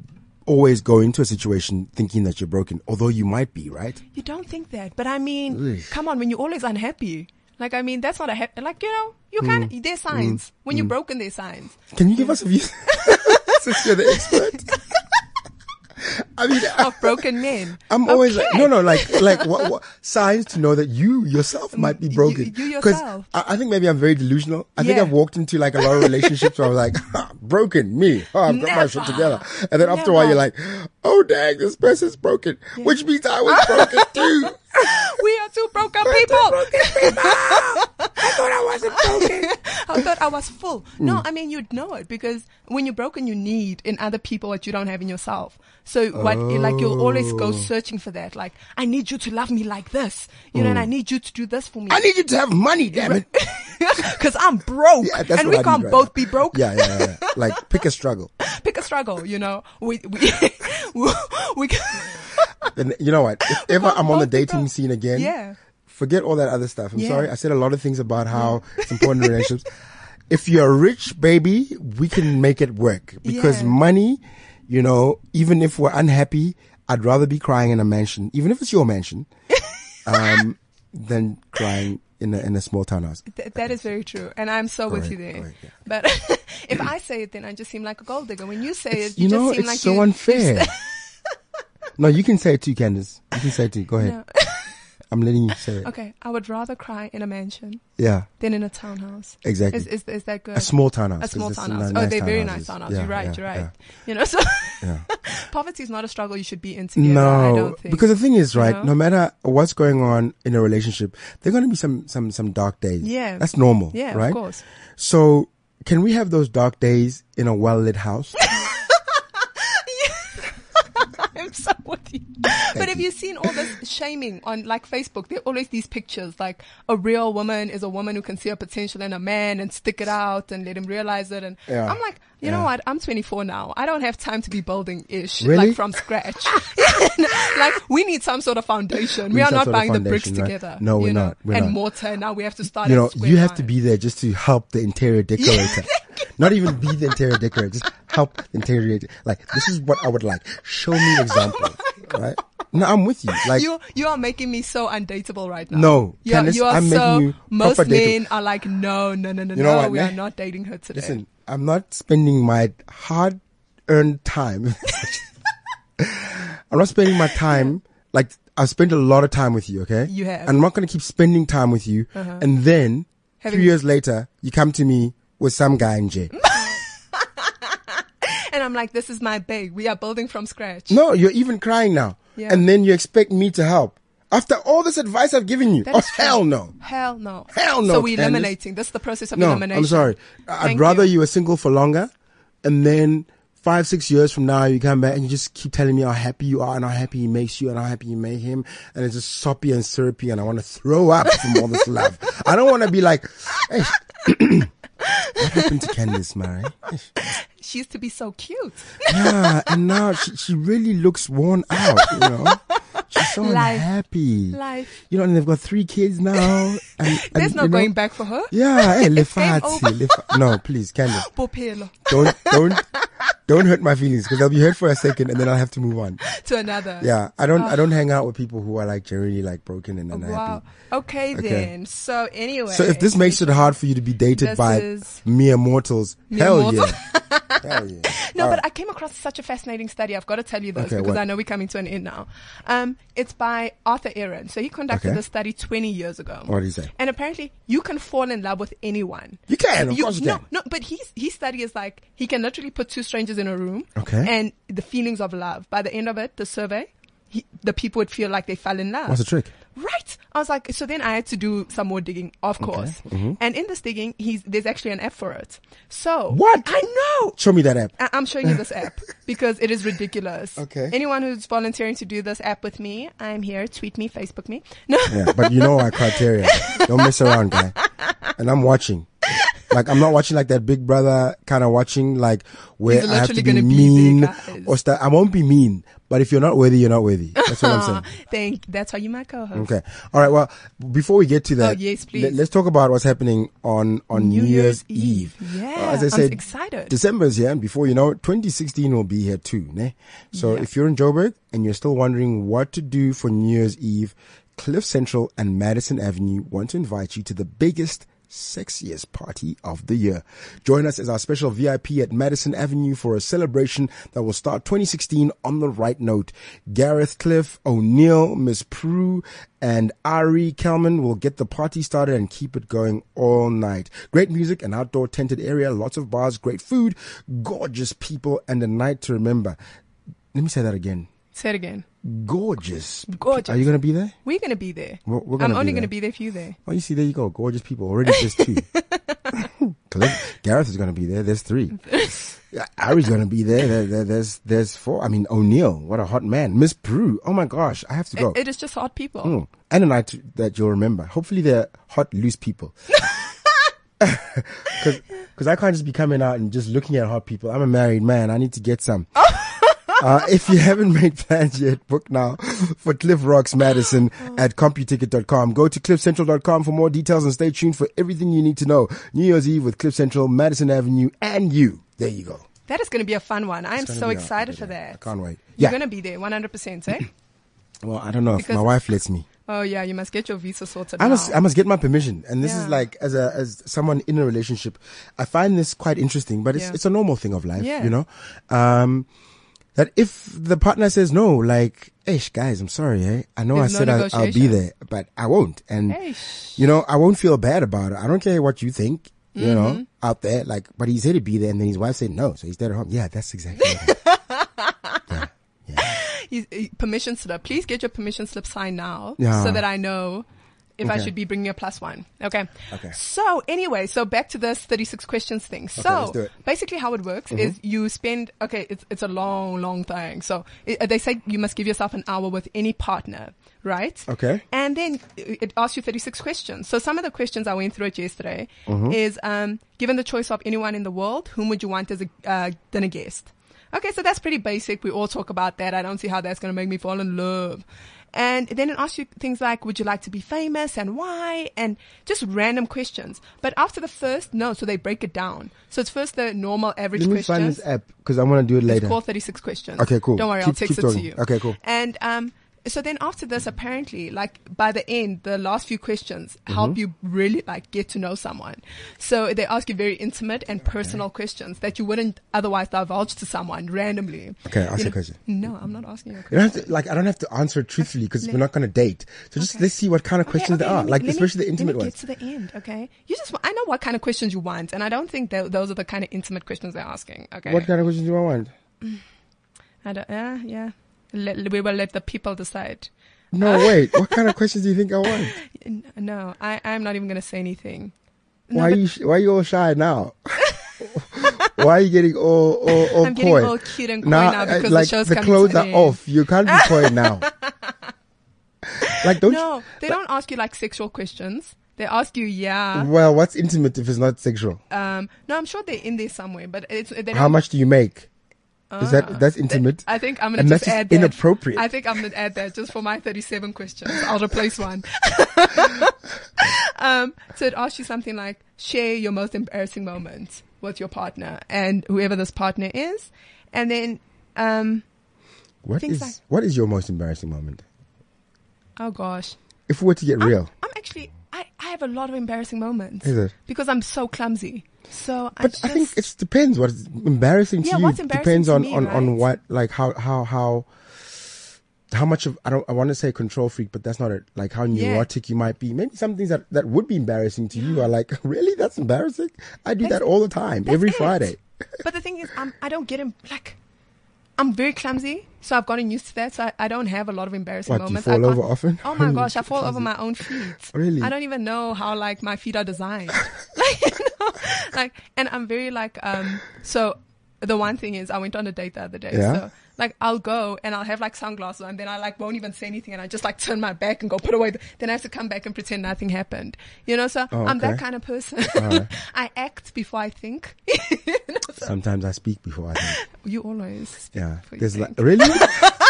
Speaker 2: always go into a situation thinking that you're broken, although you might be, right?
Speaker 3: You don't think that, but I mean,
Speaker 2: Eesh.
Speaker 3: come on, when you're always unhappy. Like, I mean, that's not a, hap- like, you know, you can't,
Speaker 2: Mm.
Speaker 3: there's signs. When you're broken, there's signs.
Speaker 2: Can you give us a view? Since you're the expert. I mean, I,
Speaker 3: Of broken men.
Speaker 2: am always like,
Speaker 3: Okay.
Speaker 2: no, no, like, like what, what signs to know that you yourself might be
Speaker 3: you-
Speaker 2: broken.
Speaker 3: you
Speaker 2: 'Cause
Speaker 3: yourself.
Speaker 2: I, I think maybe I'm very delusional. I think
Speaker 3: Yeah.
Speaker 2: I've walked into like a lot of relationships where I was like, "Ha, broken, me. Oh, I've got my shit
Speaker 3: Never.
Speaker 2: together. And then after a while,
Speaker 3: Never.
Speaker 2: you're like, oh dang, this person's broken, which means I was broken too.
Speaker 3: we are two broken people.
Speaker 2: I thought I wasn't broken.
Speaker 3: I thought I was full.
Speaker 2: Mm.
Speaker 3: No, I mean you'd know it because when you're broken, you need in other people what you don't have in yourself. So what, like you'll always
Speaker 2: Oh.
Speaker 3: go searching for that. Like I need you to love me like this, you know, and I need you to do this for me
Speaker 2: Mm. I need you to have money, damn it.
Speaker 3: because I'm broke,
Speaker 2: Yeah, that's what
Speaker 3: and we
Speaker 2: I need
Speaker 3: can't
Speaker 2: right
Speaker 3: both
Speaker 2: now.
Speaker 3: be broke.
Speaker 2: Yeah, yeah, yeah, yeah. Like pick a struggle.
Speaker 3: Pick a struggle, you know. We we we, we
Speaker 2: And you know what? If ever
Speaker 3: can't
Speaker 2: I'm on the
Speaker 3: both be
Speaker 2: dating
Speaker 3: broke.
Speaker 2: scene again,
Speaker 3: Yeah.
Speaker 2: forget all that other stuff. I'm
Speaker 3: Yeah.
Speaker 2: sorry. I said a lot of things about how it's important in relationships. If you're rich, baby, we can make it work because
Speaker 3: Yeah.
Speaker 2: money, you know, even if we're unhappy, I'd rather be crying in a mansion, even if it's your mansion, um, than crying in a, in a small townhouse.
Speaker 3: Th- that is very true, and I'm so with
Speaker 2: Correct,
Speaker 3: you there.
Speaker 2: correct, yeah.
Speaker 3: But if I say it, then I just seem like a gold digger. When you say
Speaker 2: It's-
Speaker 3: it, you,
Speaker 2: you know,
Speaker 3: just seem
Speaker 2: it's
Speaker 3: like
Speaker 2: so
Speaker 3: you,
Speaker 2: unfair. no, you can say it too, Candace. You can say it too. Go ahead.
Speaker 3: No.
Speaker 2: I'm letting you say it.
Speaker 3: Okay, I would rather cry in a mansion
Speaker 2: Yeah,
Speaker 3: than in a townhouse.
Speaker 2: exactly.
Speaker 3: Is, is, is that good?
Speaker 2: a small townhouse.
Speaker 3: A small
Speaker 2: 'cause there's
Speaker 3: townhouse.
Speaker 2: some
Speaker 3: oh,
Speaker 2: nice
Speaker 3: they're very nice
Speaker 2: townhouses.
Speaker 3: townhouses.
Speaker 2: Yeah,
Speaker 3: you're right.
Speaker 2: yeah,
Speaker 3: you're right.
Speaker 2: yeah.
Speaker 3: You know, so
Speaker 2: Yeah.
Speaker 3: poverty is not a struggle you should be in together. I
Speaker 2: No,
Speaker 3: don't think.
Speaker 2: because the thing is, right?
Speaker 3: know?
Speaker 2: No matter what's going on in a relationship, there are going to be some some some dark days.
Speaker 3: Yeah.
Speaker 2: that's normal.
Speaker 3: yeah,
Speaker 2: right.
Speaker 3: of course.
Speaker 2: So, can we have those dark days in a well lit house?
Speaker 3: I'm so with you. But have you seen all this shaming on like Facebook? There are always these pictures like a real woman is a woman who can see her potential in a man and stick it out and let him realize it. And
Speaker 2: Yeah.
Speaker 3: I'm like, you
Speaker 2: Yeah.
Speaker 3: know what? I'm 24 now. I don't have time to be building ish
Speaker 2: Really?
Speaker 3: like from scratch. like we need some sort of foundation. We,
Speaker 2: need
Speaker 3: are
Speaker 2: some
Speaker 3: not
Speaker 2: sort of
Speaker 3: buying the bricks
Speaker 2: foundation, right?
Speaker 3: together.
Speaker 2: No,
Speaker 3: you
Speaker 2: we're
Speaker 3: know?
Speaker 2: not. We're
Speaker 3: and
Speaker 2: not.
Speaker 3: mortar. Now we have to start.
Speaker 2: you
Speaker 3: at
Speaker 2: know,
Speaker 3: square
Speaker 2: you have to
Speaker 3: one.
Speaker 2: be there just to help the interior decorator. Not even be the interior decorator. Just help the interior. de- Like this is what I would like. Show me an example, right? No, I'm with you. Like
Speaker 3: Oh You you are making me so undateable right now.
Speaker 2: No,
Speaker 3: you are,
Speaker 2: Candice,
Speaker 3: you are
Speaker 2: I'm
Speaker 3: so.
Speaker 2: making you
Speaker 3: most
Speaker 2: proper dateable.
Speaker 3: men are like, no, no, no, no,
Speaker 2: You know
Speaker 3: no.
Speaker 2: what,
Speaker 3: we
Speaker 2: ne?
Speaker 3: are not dating her today.
Speaker 2: listen, I'm not spending my hard-earned time. I'm not spending my time like I've spent a lot of time with you. Okay,
Speaker 3: You have. Uh-huh.
Speaker 2: And I'm not going to keep spending time with you, and then
Speaker 3: Having-
Speaker 2: three years later, you come to me with some guy in jail.
Speaker 3: And I'm like, this is my babe. We are building from scratch.
Speaker 2: No, you're even crying now.
Speaker 3: Yeah.
Speaker 2: And then you expect me to help. After all this advice I've given you.
Speaker 3: That
Speaker 2: oh,
Speaker 3: is true.
Speaker 2: hell no.
Speaker 3: Hell no.
Speaker 2: Hell no,
Speaker 3: So we're
Speaker 2: Candice.
Speaker 3: eliminating. This is the process of
Speaker 2: No,
Speaker 3: elimination.
Speaker 2: I'm sorry. I- I'd
Speaker 3: Thank
Speaker 2: rather
Speaker 3: you.
Speaker 2: you. were single for longer and then five, six years from now you come back and you just keep telling me how happy you are and how happy he makes you and how happy you make him. And it's just soppy and syrupy and I want to throw up from all this love. I don't want to be like, hey, what happened to Candice, Mary?
Speaker 3: She used to be so cute.
Speaker 2: Yeah, and now she, she really looks worn out, you know. She's so
Speaker 3: Life.
Speaker 2: unhappy.
Speaker 3: Life.
Speaker 2: You know, and they've got three kids now. And,
Speaker 3: There's
Speaker 2: and,
Speaker 3: no
Speaker 2: you know-
Speaker 3: going back oh. for her.
Speaker 2: Yeah, hey, Lefati,
Speaker 3: over.
Speaker 2: Lefa- No, please, Candice,
Speaker 3: Bophelo.
Speaker 2: don't, don't, don't hurt my feelings because I'll be hurt for a second and then I'll have to move on.
Speaker 3: To another.
Speaker 2: Yeah, I don't, I don't hang out with people who are like generally like broken and unhappy.
Speaker 3: Wow. Okay, then. So anyway.
Speaker 2: So if this makes it hard for you to be dated
Speaker 3: This
Speaker 2: by
Speaker 3: is-
Speaker 2: mere mortals,
Speaker 3: Mere
Speaker 2: hell
Speaker 3: mortal.
Speaker 2: yeah, hell yeah.
Speaker 3: No, but I came across such a fascinating study. I've got to tell you this
Speaker 2: Okay,
Speaker 3: because
Speaker 2: what?
Speaker 3: I know we're coming to an end now. Um, it's by Arthur Aaron. So he conducted
Speaker 2: Okay.
Speaker 3: this study 20 years ago.
Speaker 2: What did he say?
Speaker 3: And apparently, you can fall in love with anyone.
Speaker 2: You can, of course you
Speaker 3: no,
Speaker 2: can.
Speaker 3: No, but he's, his study is like he can literally put two strangers in a room.
Speaker 2: Okay.
Speaker 3: And the feelings of love. By the end of it, the survey, he, the people would feel like they fell in love.
Speaker 2: What's the trick?
Speaker 3: Right. I was like, so then I had to do some more digging, of course.
Speaker 2: Mm-hmm.
Speaker 3: And in this digging, he's there's actually an app for it. So
Speaker 2: What?
Speaker 3: I know.
Speaker 2: Show me that app.
Speaker 3: I- I'm showing you this app because it is ridiculous.
Speaker 2: Okay.
Speaker 3: Anyone who's volunteering to do this app with me, I'm here. Tweet me, Facebook me. No.
Speaker 2: Yeah, but you know our criteria. Don't mess around, guy. And I'm watching. Like I'm not watching like that Big Brother kind of watching, like where
Speaker 3: He's
Speaker 2: I have to be
Speaker 3: literally gonna be
Speaker 2: mean
Speaker 3: there, guys.
Speaker 2: or stuff. I won't be mean, but if you're not worthy, you're not worthy. That's what I'm saying.
Speaker 3: Thank. That's how you might co host.
Speaker 2: Okay. All right. Well, before we get to that,
Speaker 3: Oh, yes, please.
Speaker 2: let- let's talk about what's happening on on New, Year's, Eve.
Speaker 3: Yeah,
Speaker 2: as I
Speaker 3: I'm
Speaker 2: said,
Speaker 3: excited.
Speaker 2: December is here, and before you know it, 2016 will be here too. Ne? So if you're in Joburg and you're still wondering what to do for New Year's Eve, Cliff Central and Madison Avenue want to invite you to the biggest. Sexiest party of the year. Join us as our special VIP at Madison Avenue for a celebration that will start 2016 on the right note. Gareth Cliff, O'Neill, Miss Prue, and Ari Kelman will get the party started and keep it going all night. Great music, an outdoor tented area, lots of bars, great food, gorgeous people, and a night to remember. Let me say that again.
Speaker 3: Say it again.
Speaker 2: Gorgeous.
Speaker 3: Gorgeous.
Speaker 2: Are you going to be there?
Speaker 3: We're gonna be there.
Speaker 2: We're- we're
Speaker 3: I'm
Speaker 2: gonna be
Speaker 3: only
Speaker 2: there.
Speaker 3: gonna be there if you there.
Speaker 2: Oh, you see, there you go. Gorgeous people. Already there's two. Cliff- Gareth is going to be there. There's three. Yeah, Ari's going to be there. There- there- There's there's four. I mean, O'Neill, what a hot man. Miss Prue. Oh my gosh, I have to go.
Speaker 3: It, it is just hot people.
Speaker 2: Mm. And a night that you'll remember. Hopefully they're hot, loose people. Because I can't just be coming out and just looking at hot people. I'm a married man. I need to get some. Uh, if you haven't made plans yet, book now for Cliff Rocks Madison
Speaker 3: Oh.
Speaker 2: at CompuTicket.com. Go to CliffCentral.com for more details and stay tuned for everything you need to know. New Year's Eve with Cliff Central, Madison Avenue, and you. There you go.
Speaker 3: That is gonna be a fun one. I am
Speaker 2: gonna
Speaker 3: so
Speaker 2: be a-
Speaker 3: excited for
Speaker 2: I
Speaker 3: that.
Speaker 2: can't wait. Yeah.
Speaker 3: You're gonna be there, 100. percent Eh?
Speaker 2: Well, I don't know if
Speaker 3: Because-
Speaker 2: my wife lets me.
Speaker 3: oh yeah, you must get your visa sorted.
Speaker 2: I must,
Speaker 3: now.
Speaker 2: I must get my permission. And this is
Speaker 3: Yeah.
Speaker 2: like, as a, as someone in a relationship, I find this quite interesting, but it's,
Speaker 3: Yeah.
Speaker 2: it's a normal thing of life,
Speaker 3: Yeah.
Speaker 2: you know? Um, that if the partner says no, like, ish, guys, I'm sorry, eh? I know
Speaker 3: There's no
Speaker 2: I said I'll, I'll be
Speaker 3: negotiation.
Speaker 2: there, but I won't. And,
Speaker 3: Eish.
Speaker 2: you know, I won't feel bad about it. I don't care what you think, you
Speaker 3: Mm-hmm.
Speaker 2: know, out there. Like, but he said he'd be there and then his wife said no. So he stayed at home. Yeah, that's exactly what happened.
Speaker 3: He's- he- permission slip. Please get your permission slip signed now
Speaker 2: Yeah.
Speaker 3: so that I know if I
Speaker 2: Okay.
Speaker 3: should be bringing a plus one. Okay.
Speaker 2: Okay.
Speaker 3: So anyway, so back to this 36 questions thing. so
Speaker 2: let's do it. Mm-hmm.
Speaker 3: basically how it works is you spend, okay, it's, it's a long, long thing. So it, they say you must give yourself an hour with any partner, right?
Speaker 2: Okay.
Speaker 3: And then it it asks you 36 questions. So some of the questions I went through it yesterday
Speaker 2: Mm-hmm.
Speaker 3: is, um, given the choice of anyone in the world, whom would you want as a uh, dinner guest? Okay, so that's pretty basic. We all talk about that. I don't see how that's going to make me fall in love. And then it asks you things like, would you like to be famous and why? And just random questions. But after the first, no, so they break it down. So it's first the normal average
Speaker 2: Let me
Speaker 3: questions.
Speaker 2: find this app because I want to do it later.
Speaker 3: It's called 36 questions.
Speaker 2: Okay, cool.
Speaker 3: Don't worry, I'll
Speaker 2: Keep-
Speaker 3: text
Speaker 2: keep
Speaker 3: it
Speaker 2: talking.
Speaker 3: to you.
Speaker 2: Okay, cool.
Speaker 3: And um, so then after this, apparently, like by the end, the last few questions
Speaker 2: Mm-hmm.
Speaker 3: help you really like get to know someone. So they ask you very intimate and personal questions that you wouldn't otherwise divulge to someone randomly.
Speaker 2: Okay, ask your
Speaker 3: You know-
Speaker 2: question.
Speaker 3: No, I'm not asking you a question.
Speaker 2: You don't have to, like I don't have to answer it truthfully because we're not going to date. So just let's see what kind of
Speaker 3: Okay,
Speaker 2: questions
Speaker 3: okay,
Speaker 2: there are,
Speaker 3: let me-
Speaker 2: like
Speaker 3: let me-
Speaker 2: especially the intimate
Speaker 3: let me
Speaker 2: ones.
Speaker 3: Get to the end, okay? You just, wa- I know what kind of questions you want, and I don't think tho- those are the kind of intimate questions they're asking. Okay.
Speaker 2: What kind of questions do I want?
Speaker 3: I don't, yeah, yeah. Let, we will let the people decide.
Speaker 2: No, wait. What kind of questions do you think I want?
Speaker 3: N- No, I, I'm not even going to say anything.
Speaker 2: Why are you sh- Why are you all shy now? why are you getting all all, all
Speaker 3: I'm getting
Speaker 2: coy?
Speaker 3: all cute and coy
Speaker 2: Nah,
Speaker 3: now
Speaker 2: uh,
Speaker 3: because the
Speaker 2: like,
Speaker 3: show's coming
Speaker 2: clothes
Speaker 3: to an
Speaker 2: are
Speaker 3: end.
Speaker 2: off. You can't be coy now. like don't
Speaker 3: No, they don't ask you like sexual questions. They ask you,
Speaker 2: you?
Speaker 3: yeah.
Speaker 2: Well, what's intimate if it's not sexual?
Speaker 3: Um, no, I'm sure they're in there somewhere, but it's they don't
Speaker 2: Mm-hmm. How much do you make? Is that that's intimate?
Speaker 3: I think I'm gonna
Speaker 2: And that's
Speaker 3: just
Speaker 2: just
Speaker 3: add that.
Speaker 2: inappropriate.
Speaker 3: I think I'm gonna add that just for my 37 questions. I'll replace one. um, so it asks you something like, share your most embarrassing moment with your partner and whoever this partner is, and then, um,
Speaker 2: What
Speaker 3: Things
Speaker 2: is
Speaker 3: like-
Speaker 2: what is your most embarrassing moment?
Speaker 3: oh gosh,
Speaker 2: If we were to get real,
Speaker 3: I'm actually I, I have a lot of embarrassing moments
Speaker 2: Is it?
Speaker 3: because I'm so clumsy. So I
Speaker 2: but
Speaker 3: just,
Speaker 2: I think it depends. What is embarrassing to
Speaker 3: Yeah,
Speaker 2: you
Speaker 3: what's embarrassing
Speaker 2: depends
Speaker 3: to
Speaker 2: on
Speaker 3: me,
Speaker 2: on on
Speaker 3: right?
Speaker 2: what like how how how how much of I don't I want to say control freak, but that's not it. Like how
Speaker 3: Yeah.
Speaker 2: neurotic you might be. Maybe some things that that would be embarrassing to you are like really that's embarrassing. I do
Speaker 3: That's-
Speaker 2: that all the time,
Speaker 3: That's
Speaker 2: every
Speaker 3: it.
Speaker 2: Friday.
Speaker 3: But the thing is, I'm, I don't get em like. I'm very clumsy, so I've gotten used to that. So I, I don't have a lot of embarrassing
Speaker 2: What, do you
Speaker 3: moments.
Speaker 2: fall
Speaker 3: I can't-
Speaker 2: over often?
Speaker 3: Oh my gosh, I fall over my own feet.
Speaker 2: Really?
Speaker 3: I don't even know how like my feet are designed. like, you know, like, and I'm very like. um So the one thing is, I went on a date the other day.
Speaker 2: Yeah?
Speaker 3: So like, I'll go and I'll have like sunglasses, on, and then I like won't even say anything, and I just like turn my back and go put away. The, then I have to come back and pretend nothing happened. You know, so
Speaker 2: Oh,
Speaker 3: I'm that
Speaker 2: okay.
Speaker 3: kind of person. I act before I think.
Speaker 2: Sometimes I speak before I think.
Speaker 3: You always. Speak
Speaker 2: Yeah,
Speaker 3: before you
Speaker 2: there's
Speaker 3: think.
Speaker 2: like really.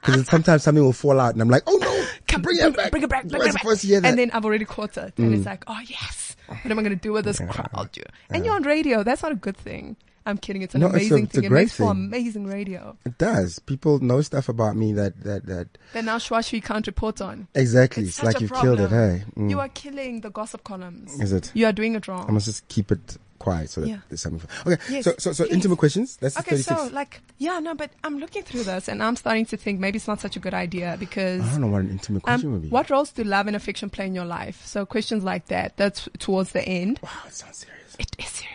Speaker 2: Because sometimes something will fall out, and I'm like, "Oh no,
Speaker 3: Come,
Speaker 2: bring it back,
Speaker 3: Bring it back. Bring
Speaker 2: You're
Speaker 3: it back.
Speaker 2: supposed to hear that. Mm.
Speaker 3: And then I've already caught it. And it's like, oh, yes. What am I going to do with this crowd? You? And you're on radio. That's not a good thing. I'm kidding. It's an
Speaker 2: No, it's a-
Speaker 3: amazing
Speaker 2: it's a
Speaker 3: thing. It
Speaker 2: great
Speaker 3: makes for
Speaker 2: thing.
Speaker 3: amazing radio.
Speaker 2: It does. People know stuff about me that that that
Speaker 3: That now Shwashi can't report on.
Speaker 2: exactly.
Speaker 3: It's
Speaker 2: It's,
Speaker 3: such
Speaker 2: like
Speaker 3: a
Speaker 2: you've
Speaker 3: problem.
Speaker 2: killed it. Hey, Mm.
Speaker 3: You are killing the gossip columns.
Speaker 2: Is it?
Speaker 3: You are doing it
Speaker 2: I
Speaker 3: wrong.
Speaker 2: must just keep it quiet so that
Speaker 3: Yeah.
Speaker 2: there's something. For, okay,
Speaker 3: Yes,
Speaker 2: so so so
Speaker 3: please.
Speaker 2: intimate questions. That's
Speaker 3: Okay,
Speaker 2: thirty six.
Speaker 3: so like, yeah, no, but I'm looking through this and I'm starting to think maybe it's not such a good idea because
Speaker 2: I don't know what an intimate question would be.
Speaker 3: um, what roles do love and affection play in your life? So questions like that. That's towards the end.
Speaker 2: Wow, it sounds serious.
Speaker 3: It is serious.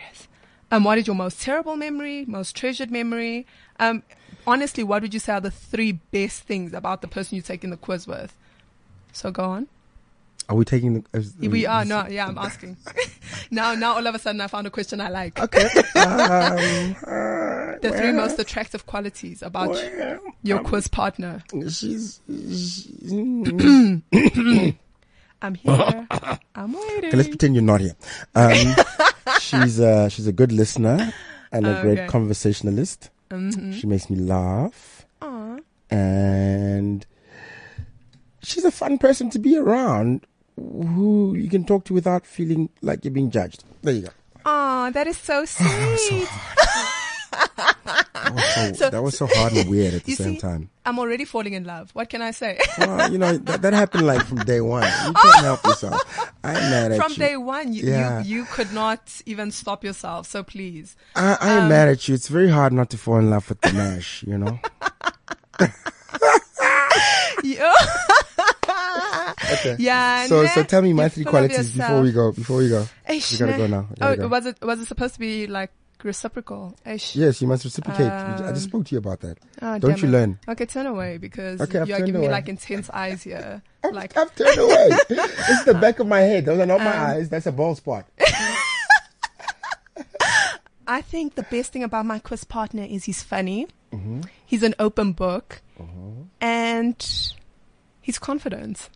Speaker 3: Um, what is your most terrible memory, most treasured memory? Um, honestly, what would you say are the three best things about the person you're taking the quiz with? So go on.
Speaker 2: Are we taking the? Is,
Speaker 3: We are no, yeah. I'm asking. now, now all of a sudden, I found a question I like.
Speaker 2: Okay. um, uh, Um,
Speaker 3: The three most attractive qualities about your quiz partner.
Speaker 2: she's. she's
Speaker 3: I'm here. I'm waiting.
Speaker 2: okay, let's pretend you're not here. Um, she's a she's a good listener and a
Speaker 3: Oh, Okay. Mm-hmm.
Speaker 2: great conversationalist. She makes me laugh.
Speaker 3: Aw.
Speaker 2: and she's a fun person to be around who you can talk to without feeling like you're being judged. There you go.
Speaker 3: Aw, that is so sweet.
Speaker 2: That was so, that was so hard and weird at the
Speaker 3: You
Speaker 2: same
Speaker 3: see?
Speaker 2: time.
Speaker 3: I'm already falling in love. What can I say?
Speaker 2: Well, you know, that, that happened like from day one. You can't help yourself. I'm mad at
Speaker 3: From
Speaker 2: you.
Speaker 3: day one, you,
Speaker 2: Yeah.
Speaker 3: you you could not even stop yourself. So please,
Speaker 2: I, I
Speaker 3: Um,
Speaker 2: am mad at you. It's very hard not to fall in love with the mash, you know?
Speaker 3: Yeah.
Speaker 2: Okay.
Speaker 3: yeah.
Speaker 2: So,
Speaker 3: nah,
Speaker 2: so tell me my
Speaker 3: you're
Speaker 2: three
Speaker 3: full of
Speaker 2: qualities before
Speaker 3: yourself.
Speaker 2: we go. Before we go.
Speaker 3: Eish,
Speaker 2: we gotta
Speaker 3: nah.
Speaker 2: go now. We
Speaker 3: Oh,
Speaker 2: gotta go.
Speaker 3: was it was it supposed to be like reciprocal? Eish.
Speaker 2: Yes, you must reciprocate. We- I
Speaker 3: Um,
Speaker 2: just spoke to you about that.
Speaker 3: Oh,
Speaker 2: Don't
Speaker 3: damn
Speaker 2: you
Speaker 3: it.
Speaker 2: learn?
Speaker 3: Okay, turn away because
Speaker 2: Okay, I've
Speaker 3: you are
Speaker 2: turned
Speaker 3: giving me
Speaker 2: away.
Speaker 3: like intense eyes here. like
Speaker 2: I've turned away. it's the back of my head. Those are not my
Speaker 3: Um,
Speaker 2: eyes. That's a bald spot.
Speaker 3: I think the best thing about my quiz partner is he's funny.
Speaker 2: Mm-hmm.
Speaker 3: He's an open book, and he's confident,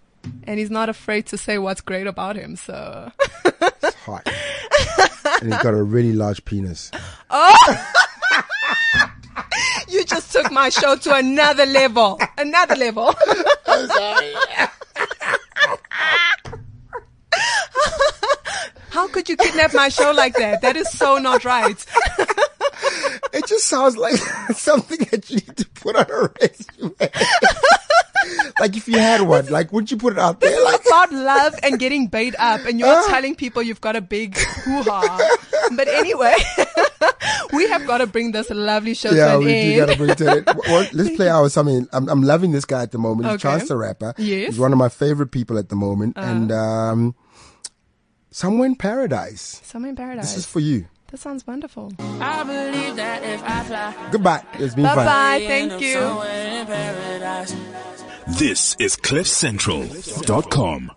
Speaker 3: and he's not afraid to say what's great about him. So.
Speaker 2: It's hot. and he's got a really large penis.
Speaker 3: just took my show to another level. Another level.
Speaker 2: I'm sorry.
Speaker 3: How could you kidnap my show like that? That is so not right.
Speaker 2: It just sounds like something that you need to put on a resume. like if you had one, like would you put it out there? Like
Speaker 3: about love and getting beat up and you're
Speaker 2: Ah.
Speaker 3: telling people you've got a big hoo-ha. But anyway, we have got to bring this lovely show
Speaker 2: yeah,
Speaker 3: to an
Speaker 2: we
Speaker 3: end.
Speaker 2: do gotta bring it to it. Well, let's play our something. I'm, I'm loving this guy at the moment. He's
Speaker 3: Okay.
Speaker 2: Chance the rapper.
Speaker 3: Yes. Uh-huh.
Speaker 2: he's one of my favorite people at the moment, and um, somewhere in paradise.
Speaker 3: Summer in Paradise.
Speaker 2: This is for you.
Speaker 3: that sounds wonderful.
Speaker 5: I believe that if I fly,
Speaker 2: Goodbye. It's been fun.
Speaker 3: Bye-bye.
Speaker 5: end
Speaker 3: Thank
Speaker 5: up
Speaker 3: you.
Speaker 5: somewhere in paradise.
Speaker 1: This is CliffCentral.com.